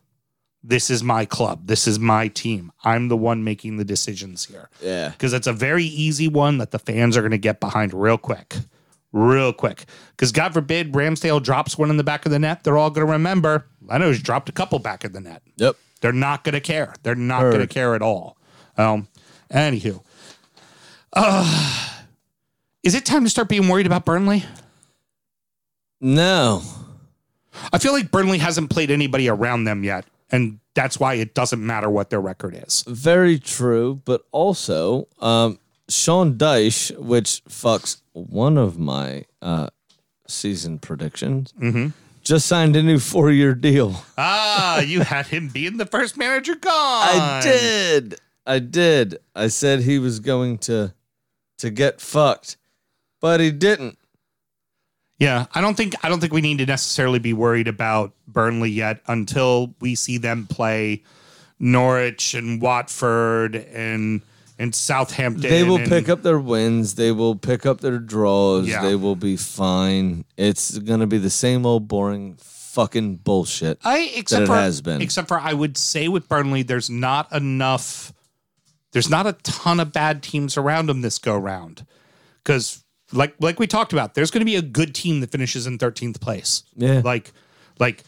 this is my club. This is my team. I'm the one making the decisions here. Yeah. Because it's a very easy one that the fans are going to get behind real quick. Real quick. Because God forbid Ramsdale drops one in the back of the net. They're all going to remember Leno's dropped a couple back of the net. Yep. They're not going to care. They're not going to care at all. Um, anywho, uh, is it time to start being worried about Burnley? No. I feel like Burnley hasn't played anybody around them yet, and that's why it doesn't matter what their record is. Very true, but also um, Sean Dyche, which fucks one of my uh, season predictions, just signed a new four-year deal. Ah, you had him being the first manager gone. I did. I did. I said he was going to to get fucked, but he didn't. Yeah, I don't think I don't think we need to necessarily be worried about Burnley yet until we see them play Norwich and Watford and and Southampton. They will and- pick up their wins. They will pick up their draws. Yeah. They will be fine. It's gonna be the same old boring fucking bullshit. I except it for has been. Except for I would say with Burnley, there's not enough. There's not a ton of bad teams around them this go round, because like like we talked about, there's going to be a good team that finishes in 13th place. Yeah. like like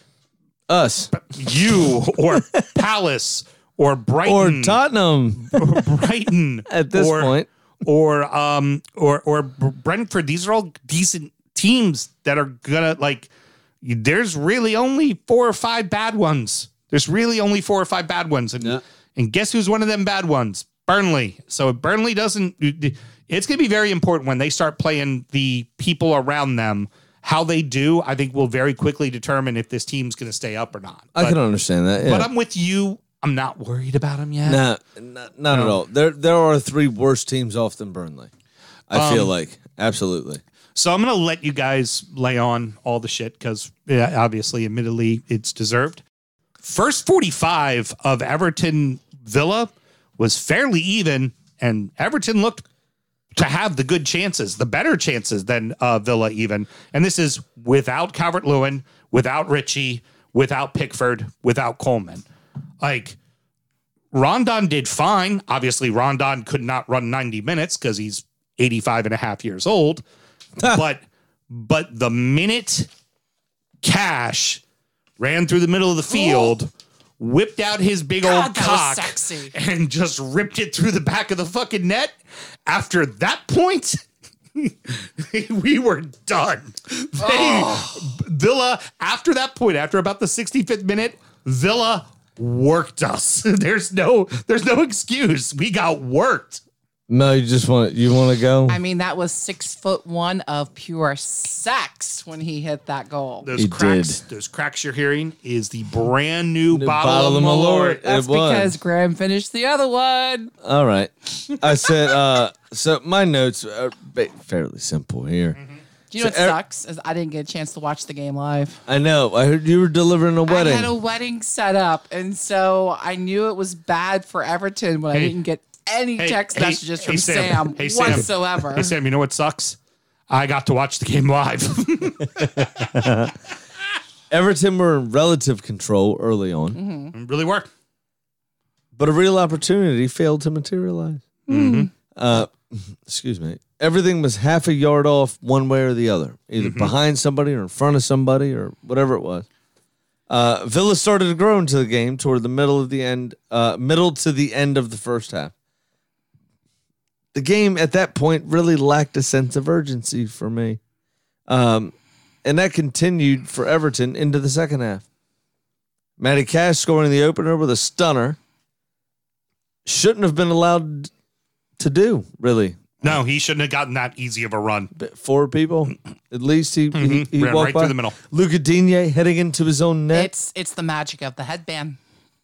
Us you or Palace or or Brighton Tottenham or Brighton at this or, point. or um or or Brentford. These are all decent teams that are gonna like. There's really only four or five bad ones. There's really only four or five bad ones, and and guess who's one of them bad ones? Burnley. So if Burnley doesn't, it's gonna be very important when they start playing the people around them. How they do, I think, will very quickly determine if this team's gonna stay up or not. I But, can understand that. Yeah. but I'm with you. I'm not worried about them yet. Nah, not, not at all. There there are three worse teams off than Burnley. I Um, feel like absolutely. So I'm going to let you guys lay on all the shit because obviously, admittedly, it's deserved. First 45 of Everton Villa was fairly even, and Everton looked to have the good chances, the better chances than uh, Villa, even. And this is without Calvert Lewin, without Ritchie, without Pickford, without Coleman. Like, Rondon did fine. Obviously, Rondon could not run 90 minutes because he's 85 and a half years old. but but the minute Cash ran through the middle of the field, whipped out his big God, old that was cock sexy. and just ripped it through the back of the fucking net. After that point, we were done. They, Oh. Villa, after that point, after about the 65th minute, Villa worked us. There's no there's no excuse. We got worked. No, you just want you want to go. I mean, that was six foot one of pure sex when he hit that goal. Those He cracks, those cracks you're hearing is the brand new, bottle, bottle of of Malort. Malort. That's it was. because Graham finished the other one. All right. I said, uh, so my notes are ba- fairly simple here. Mm-hmm. Do you know So what er- sucks? Is I didn't get a chance to watch the game live. I know. I heard you were delivering a wedding. I had a wedding set up, and so I knew it was bad for Everton when I didn't get any Hey, text hey, messages hey, from Sam. Sam, Hey, Sam. whatsoever. Hey Sam, you know what sucks? I got to watch the game live. Everton were in relative control early on, really worked. but a real opportunity failed to materialize. Uh, excuse me. Everything was half a yard off one way or the other, either behind somebody or in front of somebody or whatever it was. Uh, Villa started to grow into the game toward the middle of the end, uh, middle to the end of the first half. The game at that point really lacked a sense of urgency for me, um, and that continued for Everton into the second half. Matty Cash scoring the opener with a stunner shouldn't have been allowed to do. Really, No, he shouldn't have gotten that easy of a run. But four people at least. He he, he Mm-hmm. Ran walked right by. through the middle. Luca Digne heading into his own net. It's it's the magic of the headband.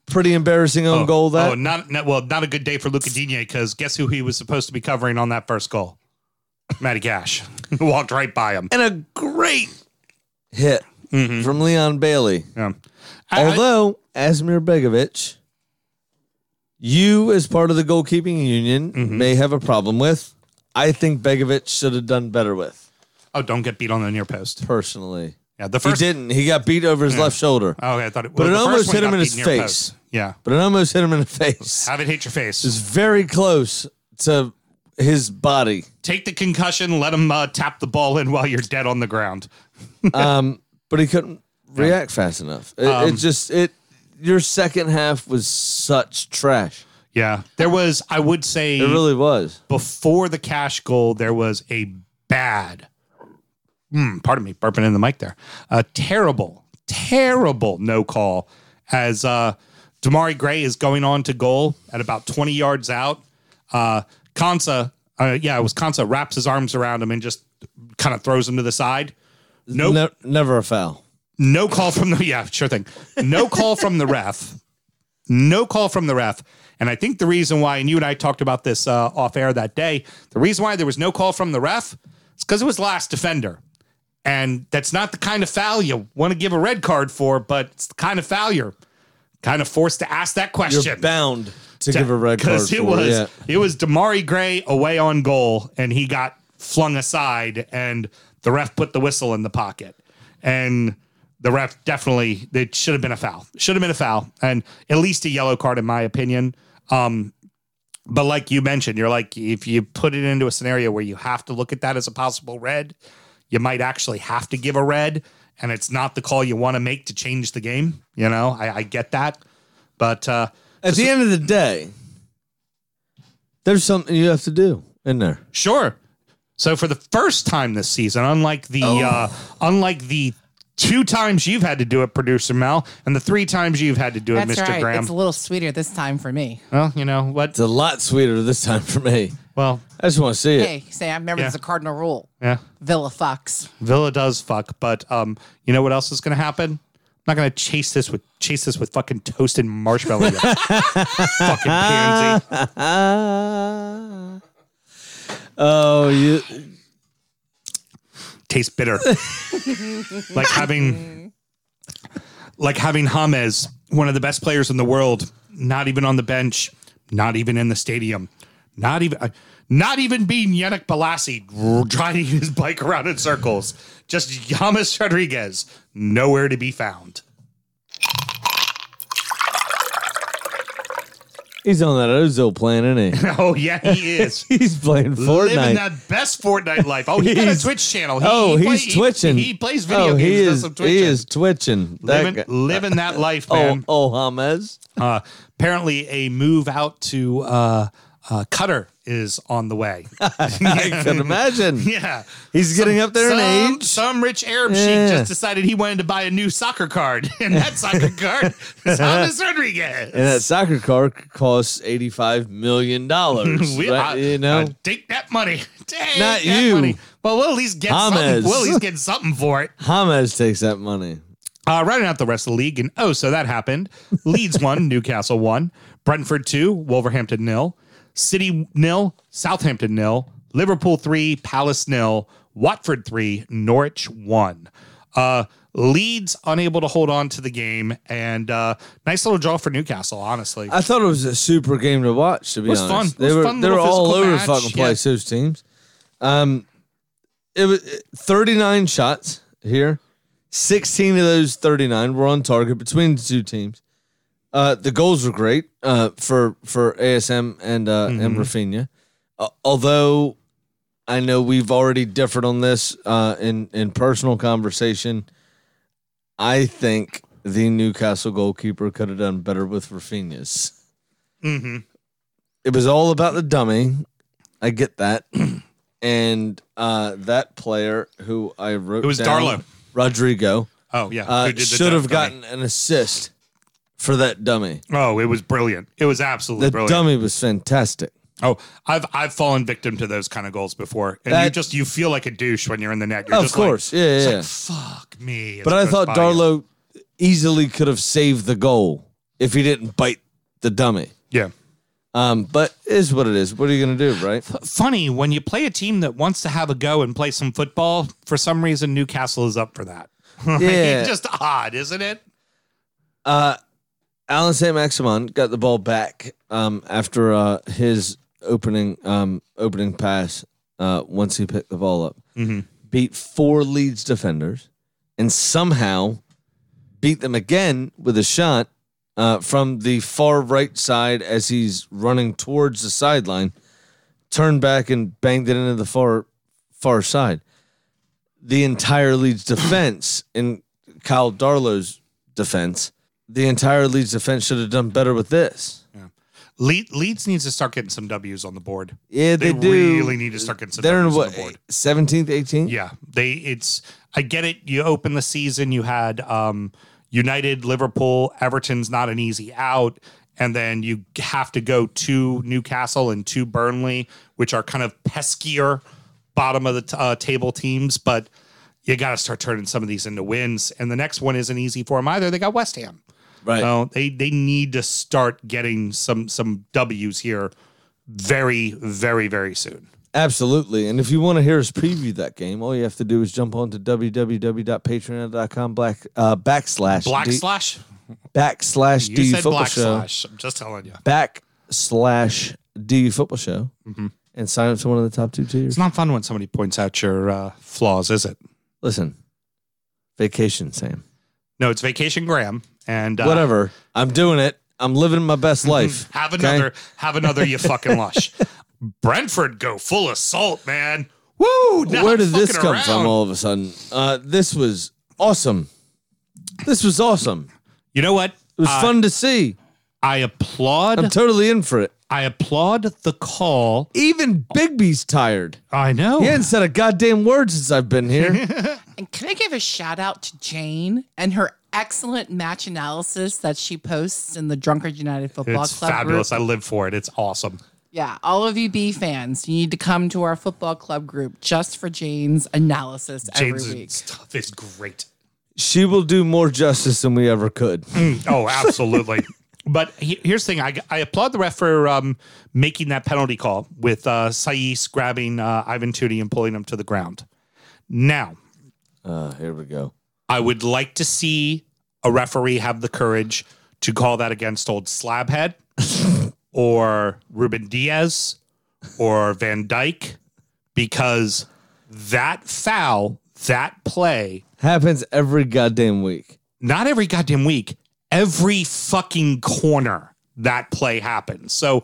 pretty embarrassing own goal. That oh, not, not well, not a good day for Luca Digne because guess who he was supposed to be covering on that first goal? Matty Cash walked right by him. and a great hit from Leon Bailey. Yeah. Mm-hmm. I- I- Although Asmir Begovic, you as part of the goalkeeping union Mm-hmm. may have a problem with. I think Begovic should have done better with oh, don't get beat on the near post. personally. Yeah, the first. he didn't. He got beat over his left shoulder, Oh, okay, I thought it. But well, it the almost first one hit him got in beat his near face. post. Yeah, but it almost hit him in the face. have it hit your face. It's very close to his body. Take the concussion. Let him uh, tap the ball in while you're dead on the ground. um, but he couldn't react fast enough. It, Um, it just it. Your second half was such trash. Yeah, there was. I would say It really was. before the cash goal, there was a bad, Hmm, pardon me, burping in the mic there, a terrible, terrible no call as uh, Damari Gray is going on to goal at about 20 yards out. Uh, Kansa, uh, yeah, it was Kansa, wraps his arms around him and just kind of throws him to the side. Nope. Ne- never a foul. No call from the yeah, sure thing. No call from the ref. No call from the ref. And I think the reason why, and you and I talked about this uh, off air that day, the reason why there was no call from the ref is because it was last defender. And that's not the kind of foul you want to give a red card for, but it's the kind of foul you're kind of forced to ask that You're question. bound to give a red card. Because it for was yeah. it was Damari Gray away on goal, and he got flung aside, and the ref put the whistle in the pocket, and the ref definitely it should have been a foul, should have been a foul, and at least a yellow card in my opinion. Um, but like you mentioned, you're like if you put it into a scenario where you have to look at that as a possible red, you might actually have to give a red, and it's not the call you want to make to change the game. You know, I, I get that, but uh, At the end of the day, there's something you have to do in there. Sure. So for the first time this season, unlike the Oh. uh, unlike the two times you've had to do it, producer Mel, and the three times you've had to do it, That's Mr. right. Graham. It's a little sweeter this time for me. well, you know what? It's a lot sweeter this time for me. Well, I just want to see it. Hey, Sam, remember Yeah. there's a cardinal rule. yeah, Villa Fox. Villa does fuck, but um, you know what else is going to happen? I'm not going to chase this with chase this with fucking toasted marshmallow. you fucking pansy. Ah. oh, you. tastes bitter. like having like having James, one of the best players in the world, not even on the bench, not even in the stadium, not even uh, not even being Yannick Balassi r- driving his bike around in circles. Just James Rodriguez, nowhere to be found. He's on that Ozil plan, isn't he? Oh yeah, he is. He's playing Fortnite. Living that best Fortnite life. Oh, he got a He's- Twitch channel. He, oh, he play- he's he- twitching. He, plays video oh, games. He does is, some he twitching. is twitching. That living, guy- living that life, oh, man. oh, James. Uh, apparently, a move out to uh, uh, Cutter is on the way. I can imagine. yeah. He's getting up there in Some, age. some rich Arab Yeah. sheik just decided he wanted to buy a new soccer card, and that soccer card is James Rodriguez. and that soccer car c- costs $85 million. We- right? I- you know? I take that money. Take Not that you. Money. Well, we'll at least get James. something. We'll at least get something for it. James takes that money. Uh, rounding out the rest of the league, and oh, so that happened. Leeds one, Newcastle one, Brentford two, Wolverhampton nil, City nil, Southampton nil, Liverpool three, Palace nil, Watford three, Norwich one. Uh, Leeds unable to hold on to the game, and uh, nice little draw for Newcastle. Honestly, I thought it was a super game to watch, to be It was honest. fun. It They was were, fun they were little all physical over match. the fucking Yeah. place, those teams. Um, it was uh, 39 shots here. 16 of those 39 were on target between the two teams. Uh, the goals were great uh, for for ASM and uh, Mm-hmm. and Rafinha. Uh, although I know we've already differed on this uh, in in personal conversation, I think the Newcastle goalkeeper could have done better with Rafinha's. Mhm. It was all about the dummy. I get that, and uh, that player who I wrote It was down, Darlow. Rodrigo oh yeah, uh, Who did the should have dummy? gotten an assist for that dummy. Oh, it was brilliant. It was absolutely The brilliant. dummy was fantastic. Oh, I've I've fallen victim to those kind of goals before, and you That- just you feel like a douche when you're in the net. You're of just course, like, yeah, yeah. yeah. Fuck me. but I thought Darlow easily could have saved the goal if he didn't bite the dummy. Yeah. Um, but is what it is. What are you gonna do, right? Funny, when you play a team that wants to have a go and play some football, for some reason, Newcastle is up for that. Yeah. Just odd, isn't it? Uh, Alan St. Maximin got the ball back um, after uh, his opening um, opening pass. Uh, once he picked the ball up, beat four Leeds defenders, and somehow beat them again with a shot uh, from the far right side as he's running towards the sideline. Turned back and banged it into the far far side. The entire Leeds defense and Kyle Darlow's defense the entire Leeds defense should have done better with this. Le- Leeds needs to start getting some W's on the board. Yeah, they, They do. really need to start getting some They're in numbers on what the board. seventeenth, eighteenth. Yeah, they. It's. I get it. You open the season. You had um, United, Liverpool, Everton's not an easy out, and then you have to go to Newcastle and to Burnley, which are kind of peskier bottom of the t- uh, table teams. But you got to start turning some of these into wins, and the next one isn't easy for them either. They got West Ham. Right. So they they need to start getting some some W's here very very very soon. Absolutely. And if you want to hear us preview that game, all you have to do is jump on to www.patreon.com black uh, backslash Black D- slash. backslash You uh, DU said football black show slash. I'm just telling you. backslash DU football show and sign up to one of the top two tiers. Mm-hmm. It's not fun when somebody points out your uh, flaws, is it? Listen, vacation, Sam. No, it's Vacation Graham and uh, Whatever. I'm doing it. I'm living my best life. Mm-hmm. Have okay? another, have another, you fucking lush. Brentford go full assault, man. Woo! not Where did this fucking come around. from all of a sudden? Uh, this was awesome. This was awesome. You know what? It was I- fun to see. I applaud. I'm totally in for it. I applaud the call. Even Bigby's tired. I know. He hadn't said a goddamn word since I've been here. And can I give a shout out to Jane and her excellent match analysis that she posts in the Drunkard United Football It's Club? group? fabulous. I live for it. It's awesome. Yeah, all of you B fans, you need to come to our football club group just for Jane's analysis every week. James' stuff is great. she will do more justice than we ever could. Oh, absolutely. but he- here's the thing: I, I applaud the ref for um, making that penalty call with uh, Saiz grabbing uh, Ivan Tootie and pulling him to the ground. Now, Uh, here we go. I would like to see a referee have the courage to call that against old Slabhead or Ruben Diaz or Van Dyke because that foul, that play Happens every goddamn week. not every goddamn week, every fucking corner that play happens. So,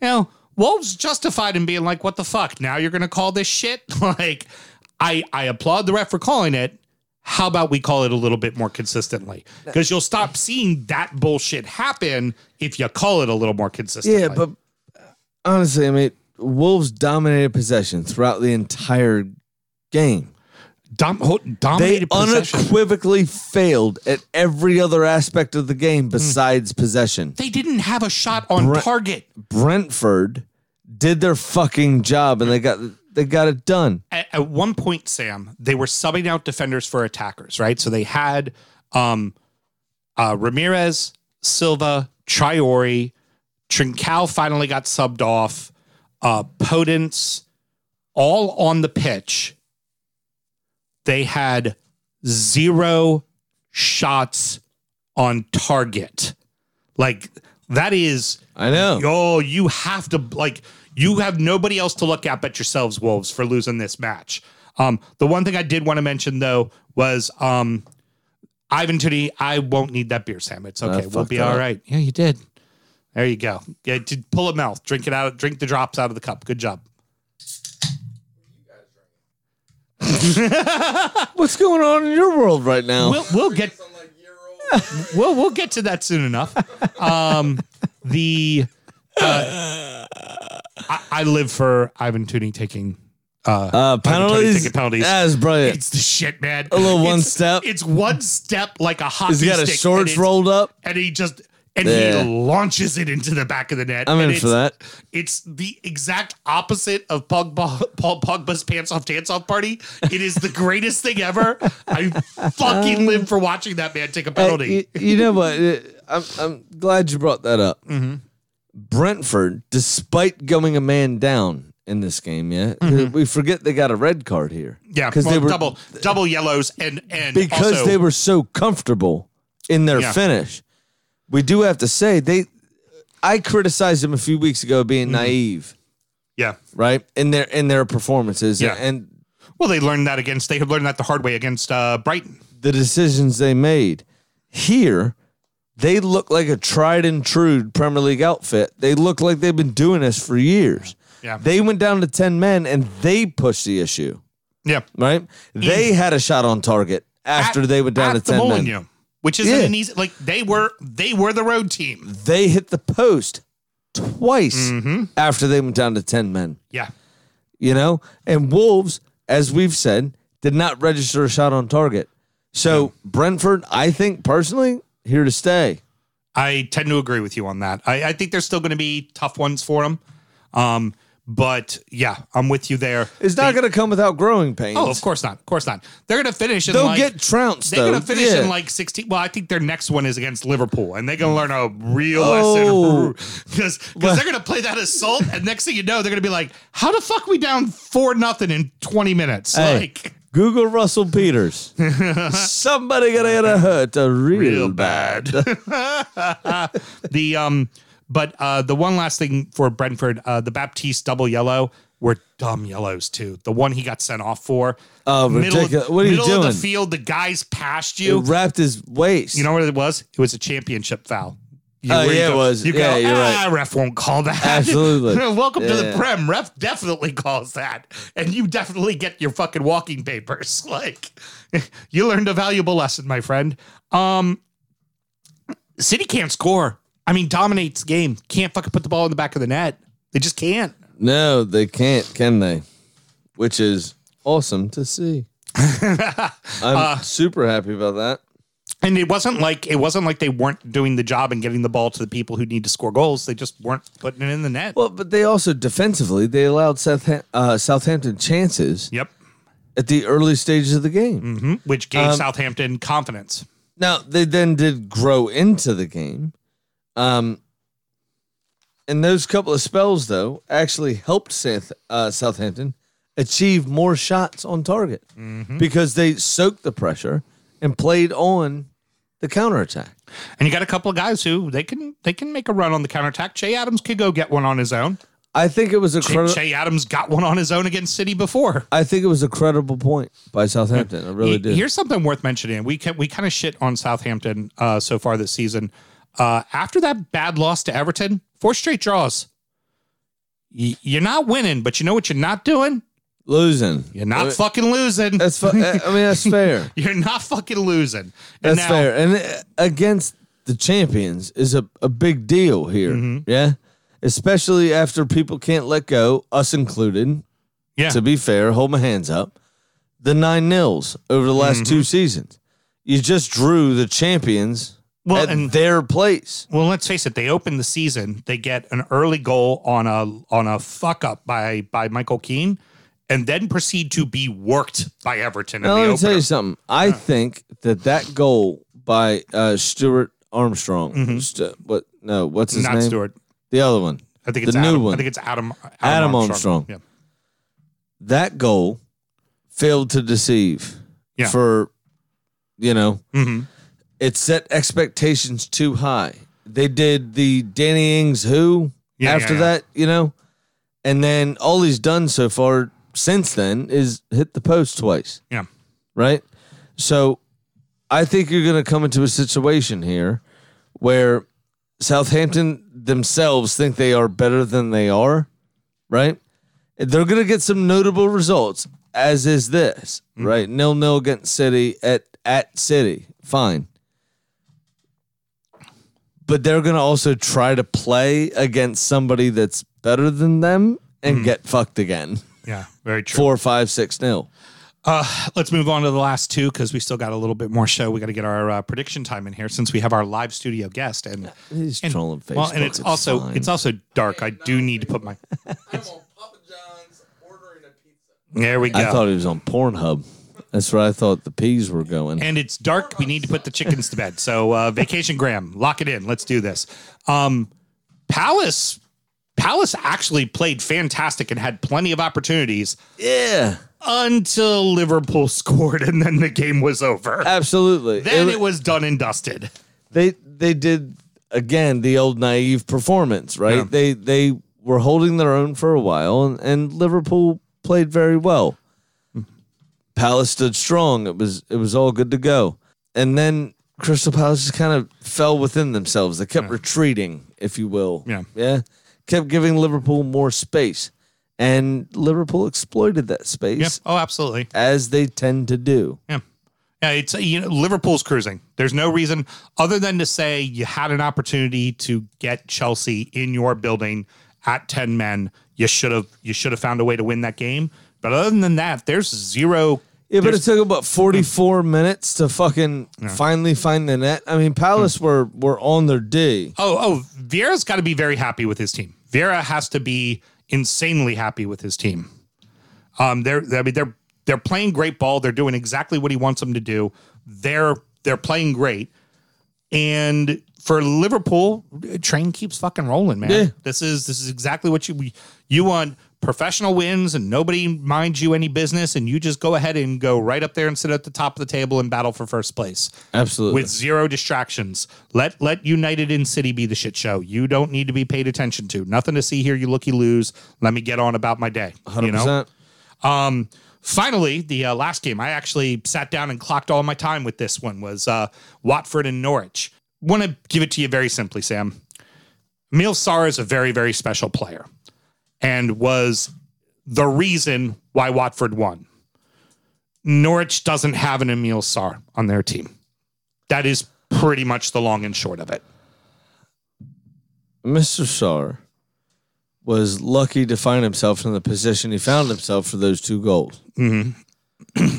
you know, Wolves justified in being like, what the fuck? Now you're going to call this shit? like, I, I applaud the ref for calling it. How about we call it a little bit more consistently? Because you'll stop seeing that bullshit happen if you call it a little more consistently. Yeah, but honestly, I mean, Wolves dominated possession throughout the entire game. Dom- ho- They dominated possession. unequivocally failed at every other aspect of the Hmm. game besides possession. they didn't have a shot on Brett- target. Brentford did their fucking job and they got they got it done. at, at one point, Sam, they were subbing out defenders for attackers, right? So they had um, uh, Ramirez, Silva, Triori, Trincao finally got subbed off, uh, Potence, all on the pitch. They had zero shots on target. Like, that is. I know. Yo, you have to like you have nobody else to look at but yourselves, Wolves, for losing this match. Um, the one thing I did want to mention though was um Ivan Tootie, I won't need that beer, Sam. It's okay. we'll fucked be that all up. right. Yeah, you did. There you go. Yeah, to pull a mouth, drink it out, drink the drops out of the cup. Good job. What's going on in your world right now? We'll we'll get we'll we'll get to that soon enough. Um the uh, I, I live for Ivan Tootie taking uh, Tony penalties. taking penalties. That's brilliant. It's the shit, man. A little It's- one step. It's one step like a hockey He's got stick. his shorts and it's- rolled up. and he just and Yeah. he launches it into the back of the net. I'm and in it's- for that. It's the exact opposite of Pogba, Paul Pogba's pants off dance off party. It is the greatest thing ever. I fucking live for watching that man take a penalty. Hey, you, you know what? Uh, I'm, I'm glad you brought that up. Mm-hmm. Brentford, despite going a man down in this game, yeah, we forget they got a red card here. Mm-hmm. yeah, because well, they were double double yellows and and because also, they were so comfortable in their Yeah. finish. We do have to say they. I criticized them a few weeks ago being Mm-hmm. naive, yeah. right? In their in their performances, Yeah. and Well, they learned that against they had learned that the hard way against uh, Brighton. the decisions they made. Here, they look like a tried and true Premier League outfit. They look like they've been doing this for years. Yeah. They went down to 10 men and they pushed the issue, Yeah, right? They had a shot on target after Mm. At- they went down to at the 10 men. Molineux, which isn't Yeah. an easy. Like they were they were the road team. They hit the post twice Mm-hmm. after they went down to 10 men, Yeah, you know? And Wolves, as we've said, did not register a shot on target. So, Brentford, I think personally, here to stay. I tend to agree with you on that. I, I think there's still going to be tough ones for them. Um, but yeah, I'm with you there. It's not going to come without growing pains. Oh, of course not. Of course not. They're going to finish. In They'll like, get trounced. They're though. going to finish Yeah. in like 16. Well, I think their next one is against Liverpool, and they're going to learn a real Oh. lesson because they're going to play that assault, and next thing you know, they're going to be like, "How the fuck we down four nothing in 20 minutes?" Hey. Like Google Russell Peters. Somebody gonna get a hurt a real, real bad. bad. the um, but uh, the one last thing for Brentford, uh, the Baptiste double yellow were dumb yellows too. The one he got sent off for. Oh, middle, ridiculous. What are you middle of doing? the field, the guys passed It you. wrapped his waist. You know what it was? It was a championship foul. You, Oh, where you yeah, it go- was. You go, Yeah, you're ah, right. ref won't call that. Absolutely. Welcome to the Yeah. Prem. Ref definitely calls that. And you definitely get your fucking walking papers. Like, you learned a valuable lesson, my friend. Um, City can't score. I mean, dominates the game. Can't fucking put the ball in the back of the net. They just can't. No, they can't, can they? Which is awesome to see. I'm super happy about that. And it wasn't like it wasn't like they weren't doing the job and getting the ball to the people who need to score goals. They just weren't putting it in the net. Well, but they also defensively they allowed South, uh, Southampton chances yep. at the early stages of the game. Which gave Um, Southampton confidence. Now they then did grow into the game, um, and those couple of spells though actually helped South, uh, Southampton achieve more shots on target because they soaked the pressure and played on the counterattack. And you got a couple of guys who they can they can make a run on the counterattack. Jay Adams could go get one on his own. I think it was a Jay, credi- Jay Adams got one on his own against City before. I think it was a credible point by Southampton. I really He- do. Here's something worth mentioning. We can, we kind of shit on Southampton uh, so far this season. Uh, after that bad loss to Everton, four straight draws. Y- you're not winning, but you know what you're not doing? Losing. You're not fucking losing. That's fu- I I mean that's fair. You're not fucking losing. And That's now- fair. And uh, against the champions is a, a big deal here. Mm-hmm. Yeah. Especially after people can't let go, us included. Yeah. To be fair, hold my hands up. The nine nils over the last Mm-hmm. two seasons. You just drew the champions Well, at and- their place. Well, let's face it. They open the season. They get an early goal on a on a fuck up by by Michael Keane, and then proceed to be worked by Everton Now, in the let me opener. tell you something. I think that that goal by uh, Stuart Armstrong, Stu- what, no, what's his Mm-hmm. Not Uh, name? Stewart. The other one. I think The it's new Adam. one. I think it's Adam. Adam, Adam Armstrong. Yeah. that goal failed to deceive Yeah. for you know hmm it set expectations too high they did the danny ings who Yeah, after yeah, yeah. that you know and then all he's done so far since then is hit the post twice Yeah. right so i think you're going to come into a situation here where southampton themselves think they are better than they are right? They're going to get some notable results, as is this, Mm-hmm. right? Nil nil against City at at City, fine. But they're going to also try to play against somebody that's better than them and get fucked again. Yeah. Very Mm-hmm. true. Four, five, six nil. Uh, let's move on to the last two because we still got a little bit more show. We got to get our uh, prediction time in here since we have our live studio guest and He's and- trolling Facebook. Well, and it's, also it's also dark. I do need to put my. There we go. I thought he was on Pornhub. That's where I thought the peas were going. and it's dark. We need to put the chickens to bed. So uh, vacation, Graham, lock it in. Let's do this. Um, Palace, Palace actually played fantastic and had plenty of opportunities yeah, until Liverpool scored, and then the game was over. absolutely. then It- Uh, it was done and dusted. they they did again the old naive performance, right? Yeah. They they were holding their own for a while, and, and Liverpool played very well. Palace stood strong. It was it was all good to go, and then Crystal Palace just kind of fell within themselves. They kept retreating, if you will. Yeah. yeah. Kept giving Liverpool more space, and Liverpool exploited that Yeah. space Oh, absolutely. as they tend to do. Yeah. Yeah, it's uh, you know Liverpool's cruising. There's no reason other than to say you had an opportunity to get Chelsea in your building at 10 men. You should have you should have found a way to win that game. But other than that, there's zero Yeah, but there's- it took about 44 minutes to fucking finally find the net. I mean, Palace were were on their D. Oh, oh, Vieira's got to be very happy with his team. Vieira has to be insanely happy with his team. Um, they're, I mean, they're they're playing great ball. They're doing exactly what he wants them to do. They're they're playing great. And for Liverpool, train keeps fucking rolling, man. Yeah. This is this is exactly what you you want professional wins and nobody minds you any business and you just go ahead and go right up there and sit at the top of the table and battle for first place Absolutely. Oh, with zero distractions. Let let United and City be the shit show. You don't need to be paid attention to. Nothing to see here. You looky lose. Let me get on about my day. You know. 100%. Um. Finally, the uh, last game I actually sat down and clocked all my time with this one was uh, Watford and Norwich. Want to give it to you very simply, Sam. Emil Sarr is a very very special player, and was the reason why Watford won. Norwich doesn't have an Emil Sarr on their team. That is pretty much the long and short of it. Mr. Sarr was lucky to find himself in the position he found himself for those two goals. he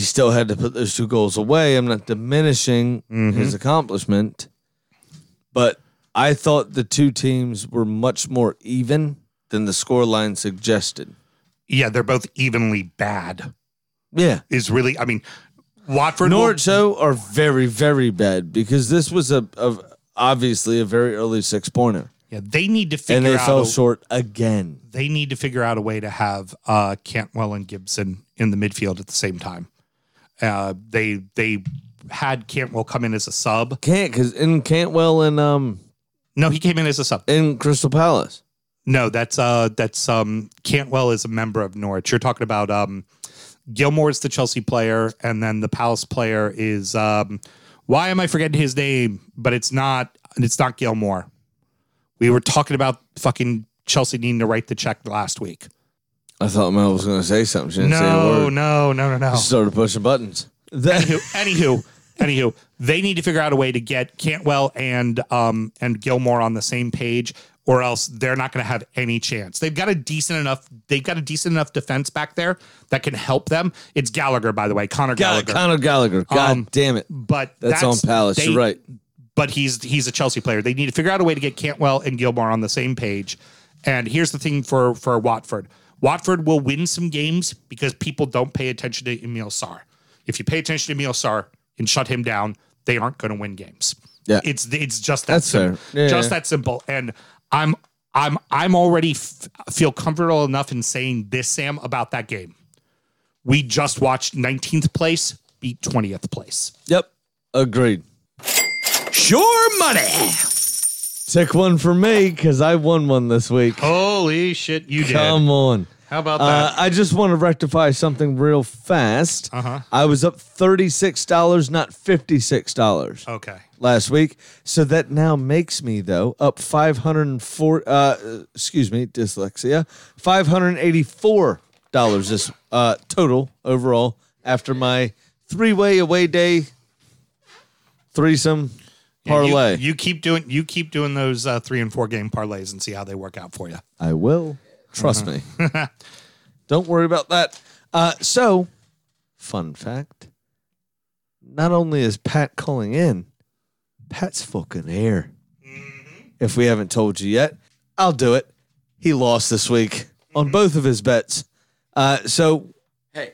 still had to put those two goals away. I'm not diminishing his accomplishment, but I thought the two teams were much more even than the scoreline suggested. Yeah, they're both evenly bad. Yeah. Is really, I mean, Watford. will- Norwich though are very very bad because this was a, a obviously a very early six pointer yeah, they need to figure and they out. fell a- short again. They need to figure out a way to have uh, Cantwell and Gibson in the midfield at the same time. Uh, they they had Cantwell come in as a sub. Can't because in Cantwell and um No, he came in as a sub. in Crystal Palace. No, that's uh that's um Cantwell is a member of Norwich. You're talking about um Gilmore's the Chelsea player, and then the Palace player is um why am I forgetting his name? But it's not it's not Gilmore. We were talking about fucking Chelsea needing to write the check last week. I thought Mel was going to say something. She didn't say a No, word. no, no, no, no. Started pushing buttons. That, anywho, anywho, they need to figure out a way to get Cantwell and um and Gilmore on the same page, or else they're not going to have any chance. They've got a decent enough. They've got a decent enough defense back there that can help them. It's Gallagher, by the way, Connor Gallagher. Gallagher. Conor Gallagher. God Um, damn it. but That's, on Palace. they- You're right. But he's he's a Chelsea player. They need to figure out a way to get Cantwell and Gilmore on the same page. And here's the thing for for Watford. Watford will win some games because people don't pay attention to Emil Sarr. If you pay attention to Emil Sarr and shut him down, they aren't going to win games. Yeah. It's it's just that That's simple. fair. Yeah, just yeah. that simple. And I'm I'm I'm already f- feel comfortable enough in saying this Sam about that game. We just watched 19th place beat 20th place. Yep. Agreed. Sure money. Take one for me because I won one this week. Holy shit, you Come on. Oh, How about Uh, I just want to rectify something real fast. Uh-huh. I was up thirty-six dollars, not fifty-six dollars okay. last week. So that now makes me though up five hundred and four. Uh, excuse me, dyslexia. Five hundred eighty-four dollars this uh, total overall after my three-way away day threesome parlay. You, you keep doing you keep doing those uh, three and four game parlays and see how they work out for you. I will. Trust me. Don't worry about that. Uh, so, fun fact: not only is Pat calling in, Pat's fucking here. Mm-hmm. If we haven't told you yet, I'll do it. He lost this week Mm-hmm. on both of his bets. Uh, so Hey,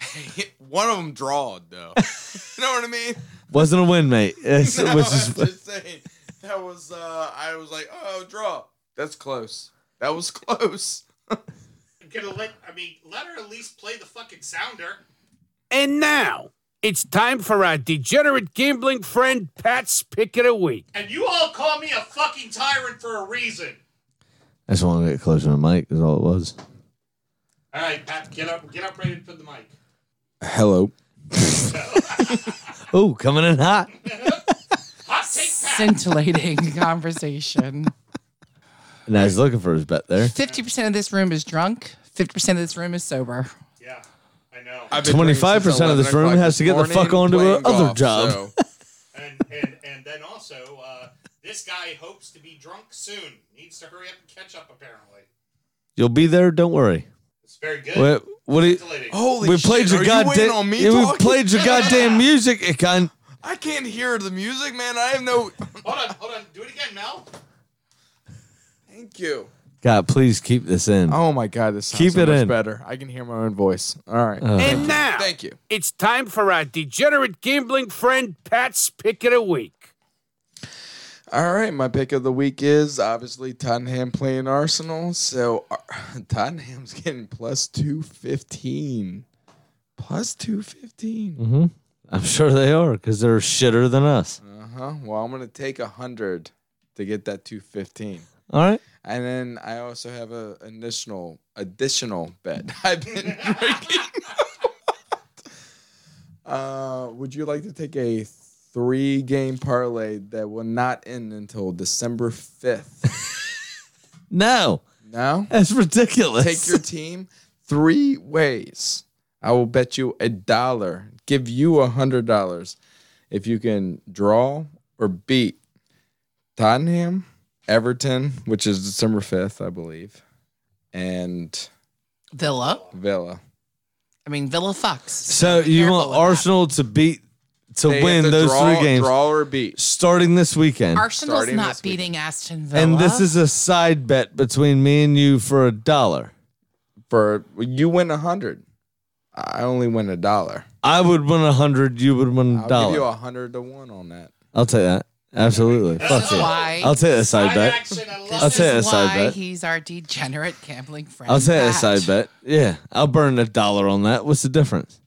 hey, one of them drawed though. you know what I mean? wasn't a win, mate. It's- No, which I'm is just saying. That was. Uh, I was like, oh, draw. That's close. That was close. I'm gonna let. I mean, let her at least play the fucking sounder. And now it's time for our degenerate gambling friend Pat's pick of the week. And you all call me a fucking tyrant for a reason. I just wanted to get closer to the mic. Is all it was. All right, Pat, get up, get up, ready for the mic. Hello. Oh, coming in hot. Hot take, Pat. Scintillating conversation. Now he's looking for his bet there. 50% of this room is drunk, 50% of this room is sober. Yeah, I know. I've been drinking since 25% of this 11 room o'clock has to get the morning fuck onto playing a other golf, job. so- And and and then also, uh, this guy hopes to be drunk soon. Needs to hurry up and catch up. Apparently, You'll be there. Don't worry. it's very good. What? What do you? Scintillating. Holy we shit, played are your you goddamn. waiting on me yeah, we talking? played your goddamn music. It kind. I can't hear the music, man. I have no. Hold on, hold on. Do it again, Mel. Thank you. God, please keep this in. Oh my god, this sounds Keep so it much in. Uh, better. I can hear my own voice. All right. And now Thank you. it's time for our degenerate gambling friend Pat's pick of the week. All right, my pick of the week is obviously Tottenham playing Arsenal. So uh, Tottenham's getting plus 215. Plus 215. I'm sure they are because they're shitter than us. Uh-huh. Well, I'm going to take 100 to get that 215. All right. And then I also have a additional additional bet. I've been drinking. uh, would you like to take a three game parlay that will not end until December fifth? No, no. that's ridiculous. Take your team three ways. I will bet you a dollar. Give you a hundred dollars if you can draw or beat Tottenham, Everton, which is December fifth, I believe, and Villa. Villa. I mean, Villa fucks. so you Careful want with that. Arsenal to beat to They have win to those draw- three games Draw or beat. starting this weekend. Arsenal's Starting not this weekend. beating Aston Villa. and this is a side bet between me and you for a dollar. For you win a hundred. I only win a dollar. I would win a hundred. You would win a I'll dollar. give you a hundred to one on that. I'll take that. Absolutely. Fuck That's it. why- I'll take that side Live bet. action. I love I'll This take that is side why bet. he's our degenerate gambling friend. I'll take that Pat. side bet. Yeah. I'll burn a dollar on that. What's the difference?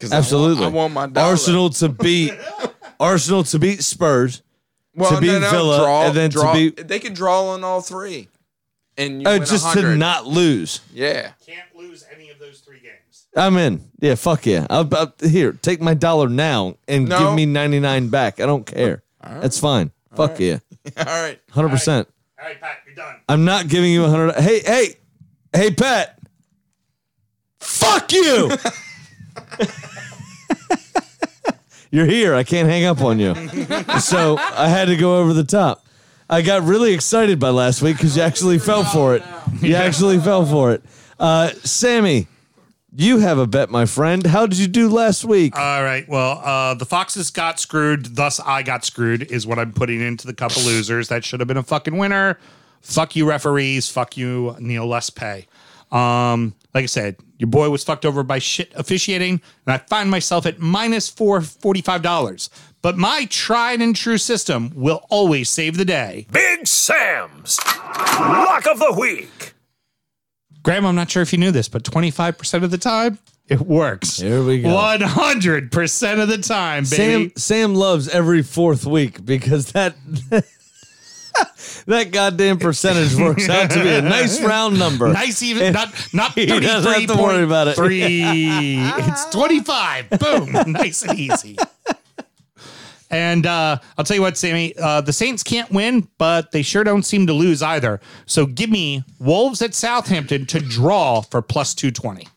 'Cause I want- Absolutely. I want, my dollar. Arsenal to beat Arsenal to beat Spurs. Well, to beat Villa and then to draw, beat- They could draw on all three, and you Uh, win just to 100. not lose. Yeah, Can't lose any of those three games. I'm in. Yeah, fuck yeah. I'll, I'll- here, take my dollar now and No. give me 99 back. I don't care. That's fine. Fuck yeah. all right. 100%. All right, Pat, you're done. I'm not giving you 100. Hey, hey. Hey, Pat. Fuck you. You're here. I can't hang up on you. so I had to go over the top. I got really excited by last week because you actually fell for it. You actually fell for it. Uh, Sammy, you have a bet, my friend. How did you do last week? All right. Well, uh, the Foxes got screwed. Thus, I got screwed, is what I'm putting into the cup of losers. That should have been a fucking winner. Fuck you, referees. Fuck you, Neil Lespay. Um, like I said, your boy was fucked over by shit officiating, and I find myself at minus four forty-five dollars. But my tried and true system will always save the day. Big Sam's Lock of the Week. Graham, I'm not sure if you knew this, but 25% of the time, it works. Here we go. 100% of the time, baby. Sam Sam loves every fourth week because that that goddamn percentage works out to be a nice round number. Nice even not not He doesn't have to worry about it. 33.3. it's 25. Boom. Nice and easy. And uh, I'll tell you what, Sammy, uh, the Saints can't win, but they sure don't seem to lose either. So give me Wolves at Southampton to draw for plus 220.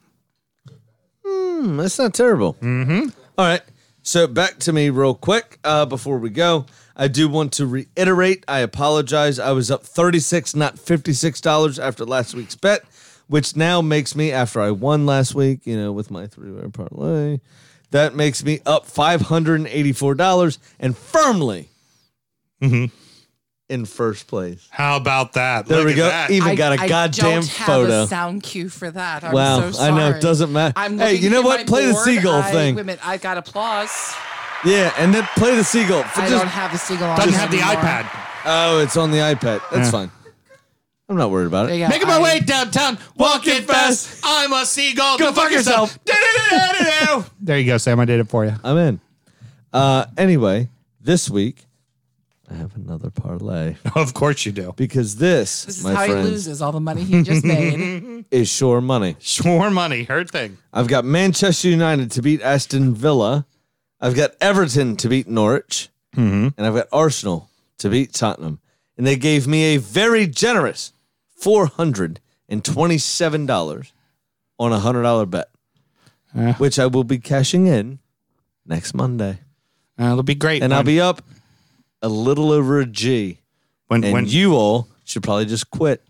That's not terrible. Mm-hmm. right. So back to me real quick uh, before we go. I do want to reiterate. I apologize. I was up thirty six, not fifty six dollars after last week's bet. which now makes me, after I won last week, you know, with my three way parlay, that makes me up $584 and firmly in first place. How about that? There Mm-hmm. Look we at go. that. Even got a I goddamn don't have photo. A sound cue for that. I'm wow, so sorry. I know. It doesn't matter. I'm hey, looking you know at my what? Play the board. seagull I, thing. Wait a minute, I got applause. Yeah, and then play the seagull. For I just- don't have a seagull. on Doesn't me have the anymore. iPad. oh, it's on the iPad. That's fine. I'm not worried about There it. you go. Making my I- way downtown, walking fast. I'm a seagull. Go fuck yourself. there you go, Sam. I did it for you. I'm in. Uh, anyway, this week I have another parlay Of course you do. because this, This is my how friends, he loses all the money he just made. is sure money. Sure, money. Her thing. I've got Manchester United to beat Aston Villa. I've got Everton to beat Norwich, Mm-hmm. and I've got Arsenal to beat Tottenham. And they gave me a very generous four hundred and twenty-seven dollars on a hundred dollar bet, which I will be cashing in next Monday, Uh, it'll be great. and when, I'll be up a little over a G. when And when you all should probably just quit.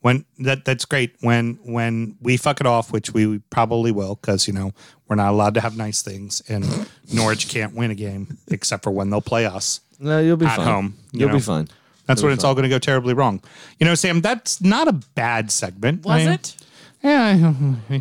when that that's great. When when we fuck it off, which we probably will, because you know we're not allowed to have nice things, and Norwich can't win a game except for when they'll play us. No, you'll be At fine. home, you You'll know. be fine. That's when it's all going to go terribly wrong. You know, Sam, that's not a bad segment. Was I- it? Yeah.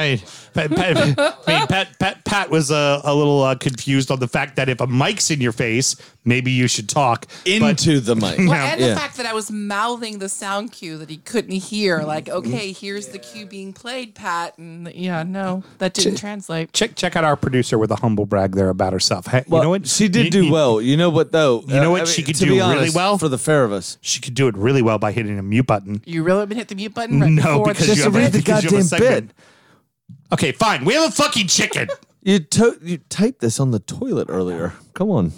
I, I, Pat, Pat, I mean, Pat, Pat, Pat was uh, a little uh, confused on the fact that if a mic's in your face, maybe you should talk. But Into the mic. Well, and Yeah. the fact that I was mouthing the sound cue that he couldn't hear, like, Mm-hmm. okay, here's the cue being played, Pat, and yeah, no, Mm-hmm. that didn't translate. check check out our producer with a humble brag there about herself. Hey, Well, you know what? She did You- do you- well. You know what though? Uh, You know what she could do really well? for the fair of us. She could do it really well by hitting a mute button. You really been hit the mute button? Right No, before because the- you have, a- read the because you have a goddamn segment. Okay, fine. We have a fucking chicken. You to- you typed this on the toilet earlier. Come on.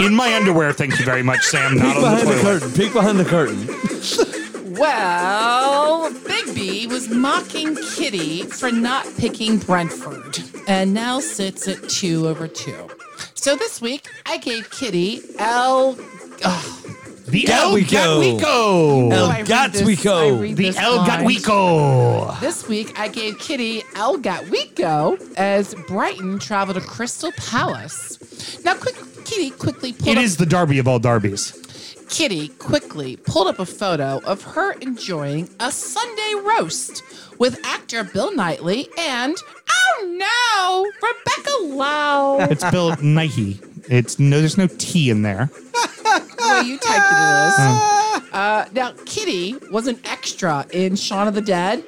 in my underwear. Thank you very much, Sam. Not on the Behind the toilet. curtain. Peek behind the curtain. Well, Bigby was mocking Kitty for not picking Brentford and now sits at two over two. So this week, I gave Kitty L. The El Gatwico. Gatwico. Oh, I read this- Gatwico. I read the this El line. Gatwico. This week, I gave Kitty El Gatwico as Brighton traveled to Crystal Palace. Now, quick, Kitty quickly pulled It up is the derby of all derbies. Kitty quickly pulled up a photo of her enjoying a Sunday roast with actor Bill Knightley and, oh no, Rebecca Lau. It's Bill Nike. It's no, there's no T in there. well, you typed it as. Uh, now, Kitty was an extra in Shaun of the Dead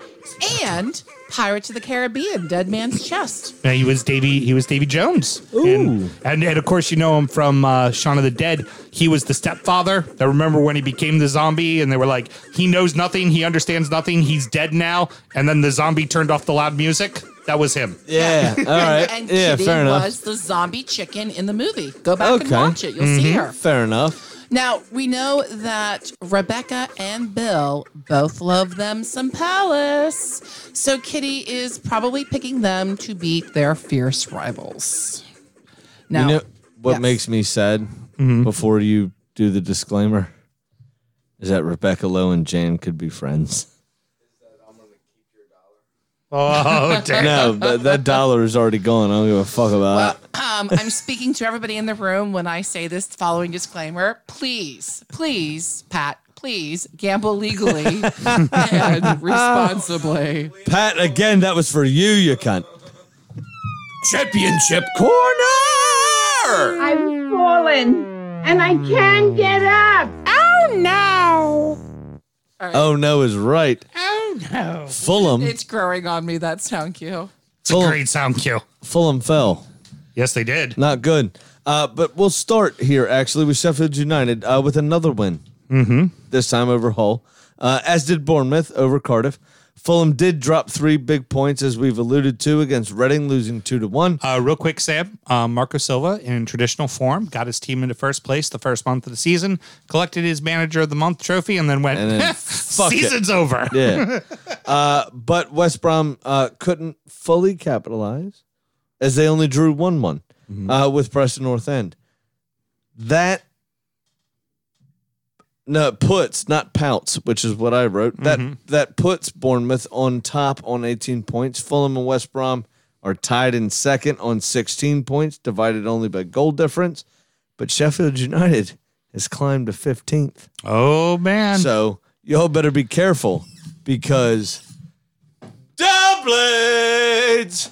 and Pirates of the Caribbean, Dead Man's Chest. Uh, he was Davy. He was Davy Jones. And, and and of course you know him from uh, Shaun of the Dead. He was the stepfather. I remember when he became the zombie, and they were like, he knows nothing, he understands nothing, he's dead now. And then the zombie turned off the loud music. That was him. Yeah. All right. And yeah. Kitty Fair enough. was the zombie chicken in the movie. Go back and Okay. Mm-hmm. watch it. You'll see her. Fair enough. Now, we know that Rebecca and Bill both love them some Palace. So Kitty is probably picking them to beat their fierce rivals. Now, You know what Yes. makes me sad Mm-hmm. before you do the disclaimer is that Rebecca Lowe and Jan could be friends. Oh damn. No, that, that dollar is already gone. I don't give a fuck about it. um, I'm speaking to everybody in the room when I say this following disclaimer. Please, please, Pat, please gamble legally and responsibly. Pat, again, that was for you, you cunt. Championship corner! I've fallen and I can't get up. Oh no, is right. Oh no. Fulham, It's growing on me, that sound cue. It's a great sound cue. Fulham fell. Yes, they did. Not good. Uh, but we'll start here actually with Sheffield United uh, with another win. Mm-hmm. This time over Hull, uh, as did Bournemouth over Cardiff. Fulham did drop three big points as we've alluded to against Reading, losing two to one. Uh, real quick, Sam, uh, Marco Silva, in traditional form, got his team into first place the first month of the season, collected his Manager of the Month trophy, and then went, And then, fuck it. season's over. Yeah. uh, but West Brom uh, couldn't fully capitalize as they only drew 1 1 uh, with Preston North End. That No, puts, not pouts, which is what I wrote. That that puts Bournemouth on top on 18 points. Fulham and West Brom are tied in second on 16 points, divided only by goal difference. But Sheffield United has climbed to 15th. Oh man. So y'all better be careful because Dublades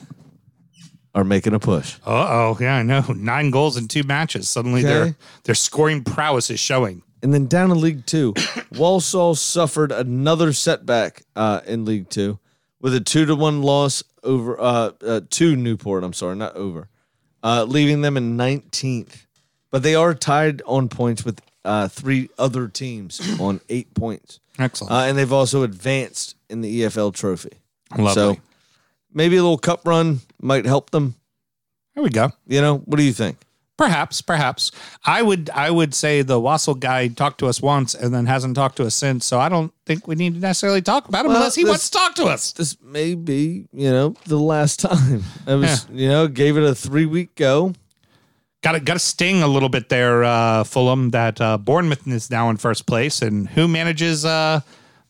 are making a push. Uh oh, yeah, I know. Nine goals in two matches. Suddenly, Okay. their their scoring prowess is showing. And then down in League Two, Walsall suffered another setback uh, in League Two with a two to one loss over uh, uh, to Newport. I'm sorry, not over, uh, leaving them in 19th. But they are tied on points with uh, three other teams on eight points, Excellent. uh, and they've also advanced in the EFL Trophy. Lovely. So maybe a little cup run might help them. there we go. You know, what do you think? Perhaps, perhaps. I would I would say the Wassel guy talked to us once and then hasn't talked to us since. So I don't think we need to necessarily talk about him Well, unless he this- wants to talk to us. This may be, you know, the last time. I was, you know, gave it a three week go. Got to got to sting a little bit there, uh, Fulham. That uh, Bournemouth is now in first place, and who manages uh,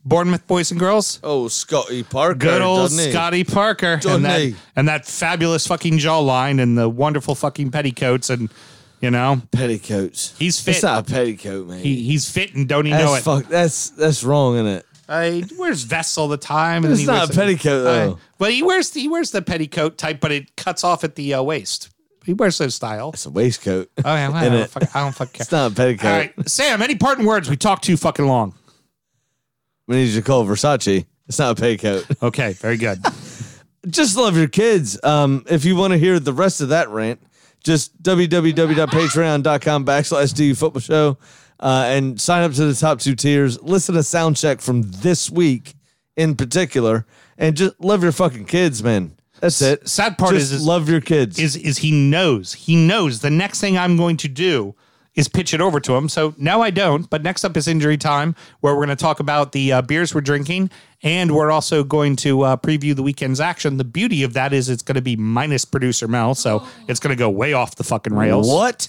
Bournemouth boys and girls? Oh, Scotty Parker. Good old doesn't he? Scotty Parker, Doesn't and that, he? and that fabulous fucking jawline, and the wonderful fucking petticoats, and you know Petticoats. He's It's fit. not a petticoat, man. he, he's fit and don't he that's know it? fuck. That's that's wrong, isn't it? Uh, he wears vests all the time. And It's he not wears a petticoat, though. but he wears he wears the petticoat type, but it cuts off at the uh, waist. He wears those style. It's a waistcoat. Oh yeah, well, I, In don't it. fuck, I don't fuck care. It's not a petticoat. all right, Sam. Any parting words? We talked too fucking long. We need you to call Versace. It's not a petticoat. Okay, very good. just love your kids. Um, if you want to hear the rest of that rant, just www.patreon.com backslash DU football show uh, and sign up to the top two tiers. Listen to sound check from this week in particular and just love your fucking kids, man. That's it. sad part Just is- is- love your kids. is is he knows he knows the next thing I'm going to do is pitch it over to him. So now I don't. But next up is injury time, where we're going to talk about the uh, beers we're drinking, and we're also going to uh, preview the weekend's action. The beauty of that is it's going to be minus producer Mel, so it's going to go way off the fucking rails. what?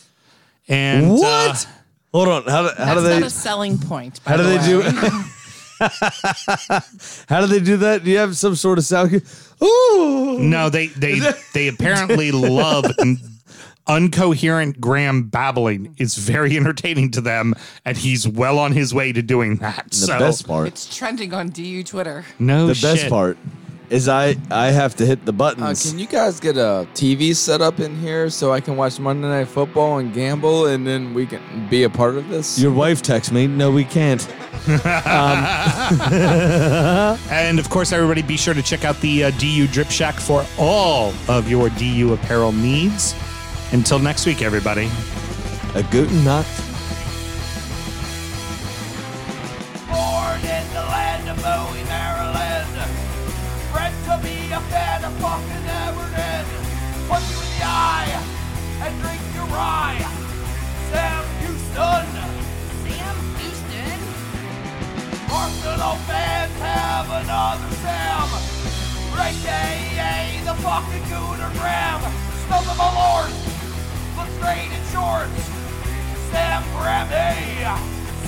And uh, What? Hold on. How do, how do That's not they a selling point. by how do the they do way. How do they do that? Do you have some sort of sound? cue? Ooh. no, they they they apparently love. Uncoherent Graham babbling It's very entertaining to them, and he's well on his way to doing that. The so, best part. It's trending on DU Twitter. no the best Oh, shit. part is I I have to hit the Uh, buttons. can you guys get a TV set up in here so I can watch Monday Night Football and gamble, and then we can be a part of this? Your wife texts me. No, we can't. And of course, everybody, be sure to check out the uh, DU Drip Shack for all of your DU apparel needs. Until next week, everybody. A guten Nacht. born in the land of Bowie, Maryland. Bred to be a fan of fucking Everton. Punch you in the eye and drink your rye. Sam Houston. Sam Houston. Arsenal fans have another Sam. Great day, yay, the fucking Gooner Graham. Stop of my lord. Looks great in shorts. Sam Grammy.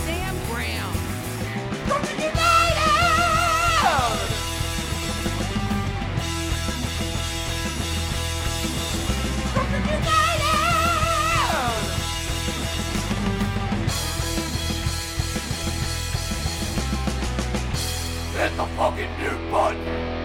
Sam Graham. Brooklyn United! Brooklyn United! Hit the fucking mute button!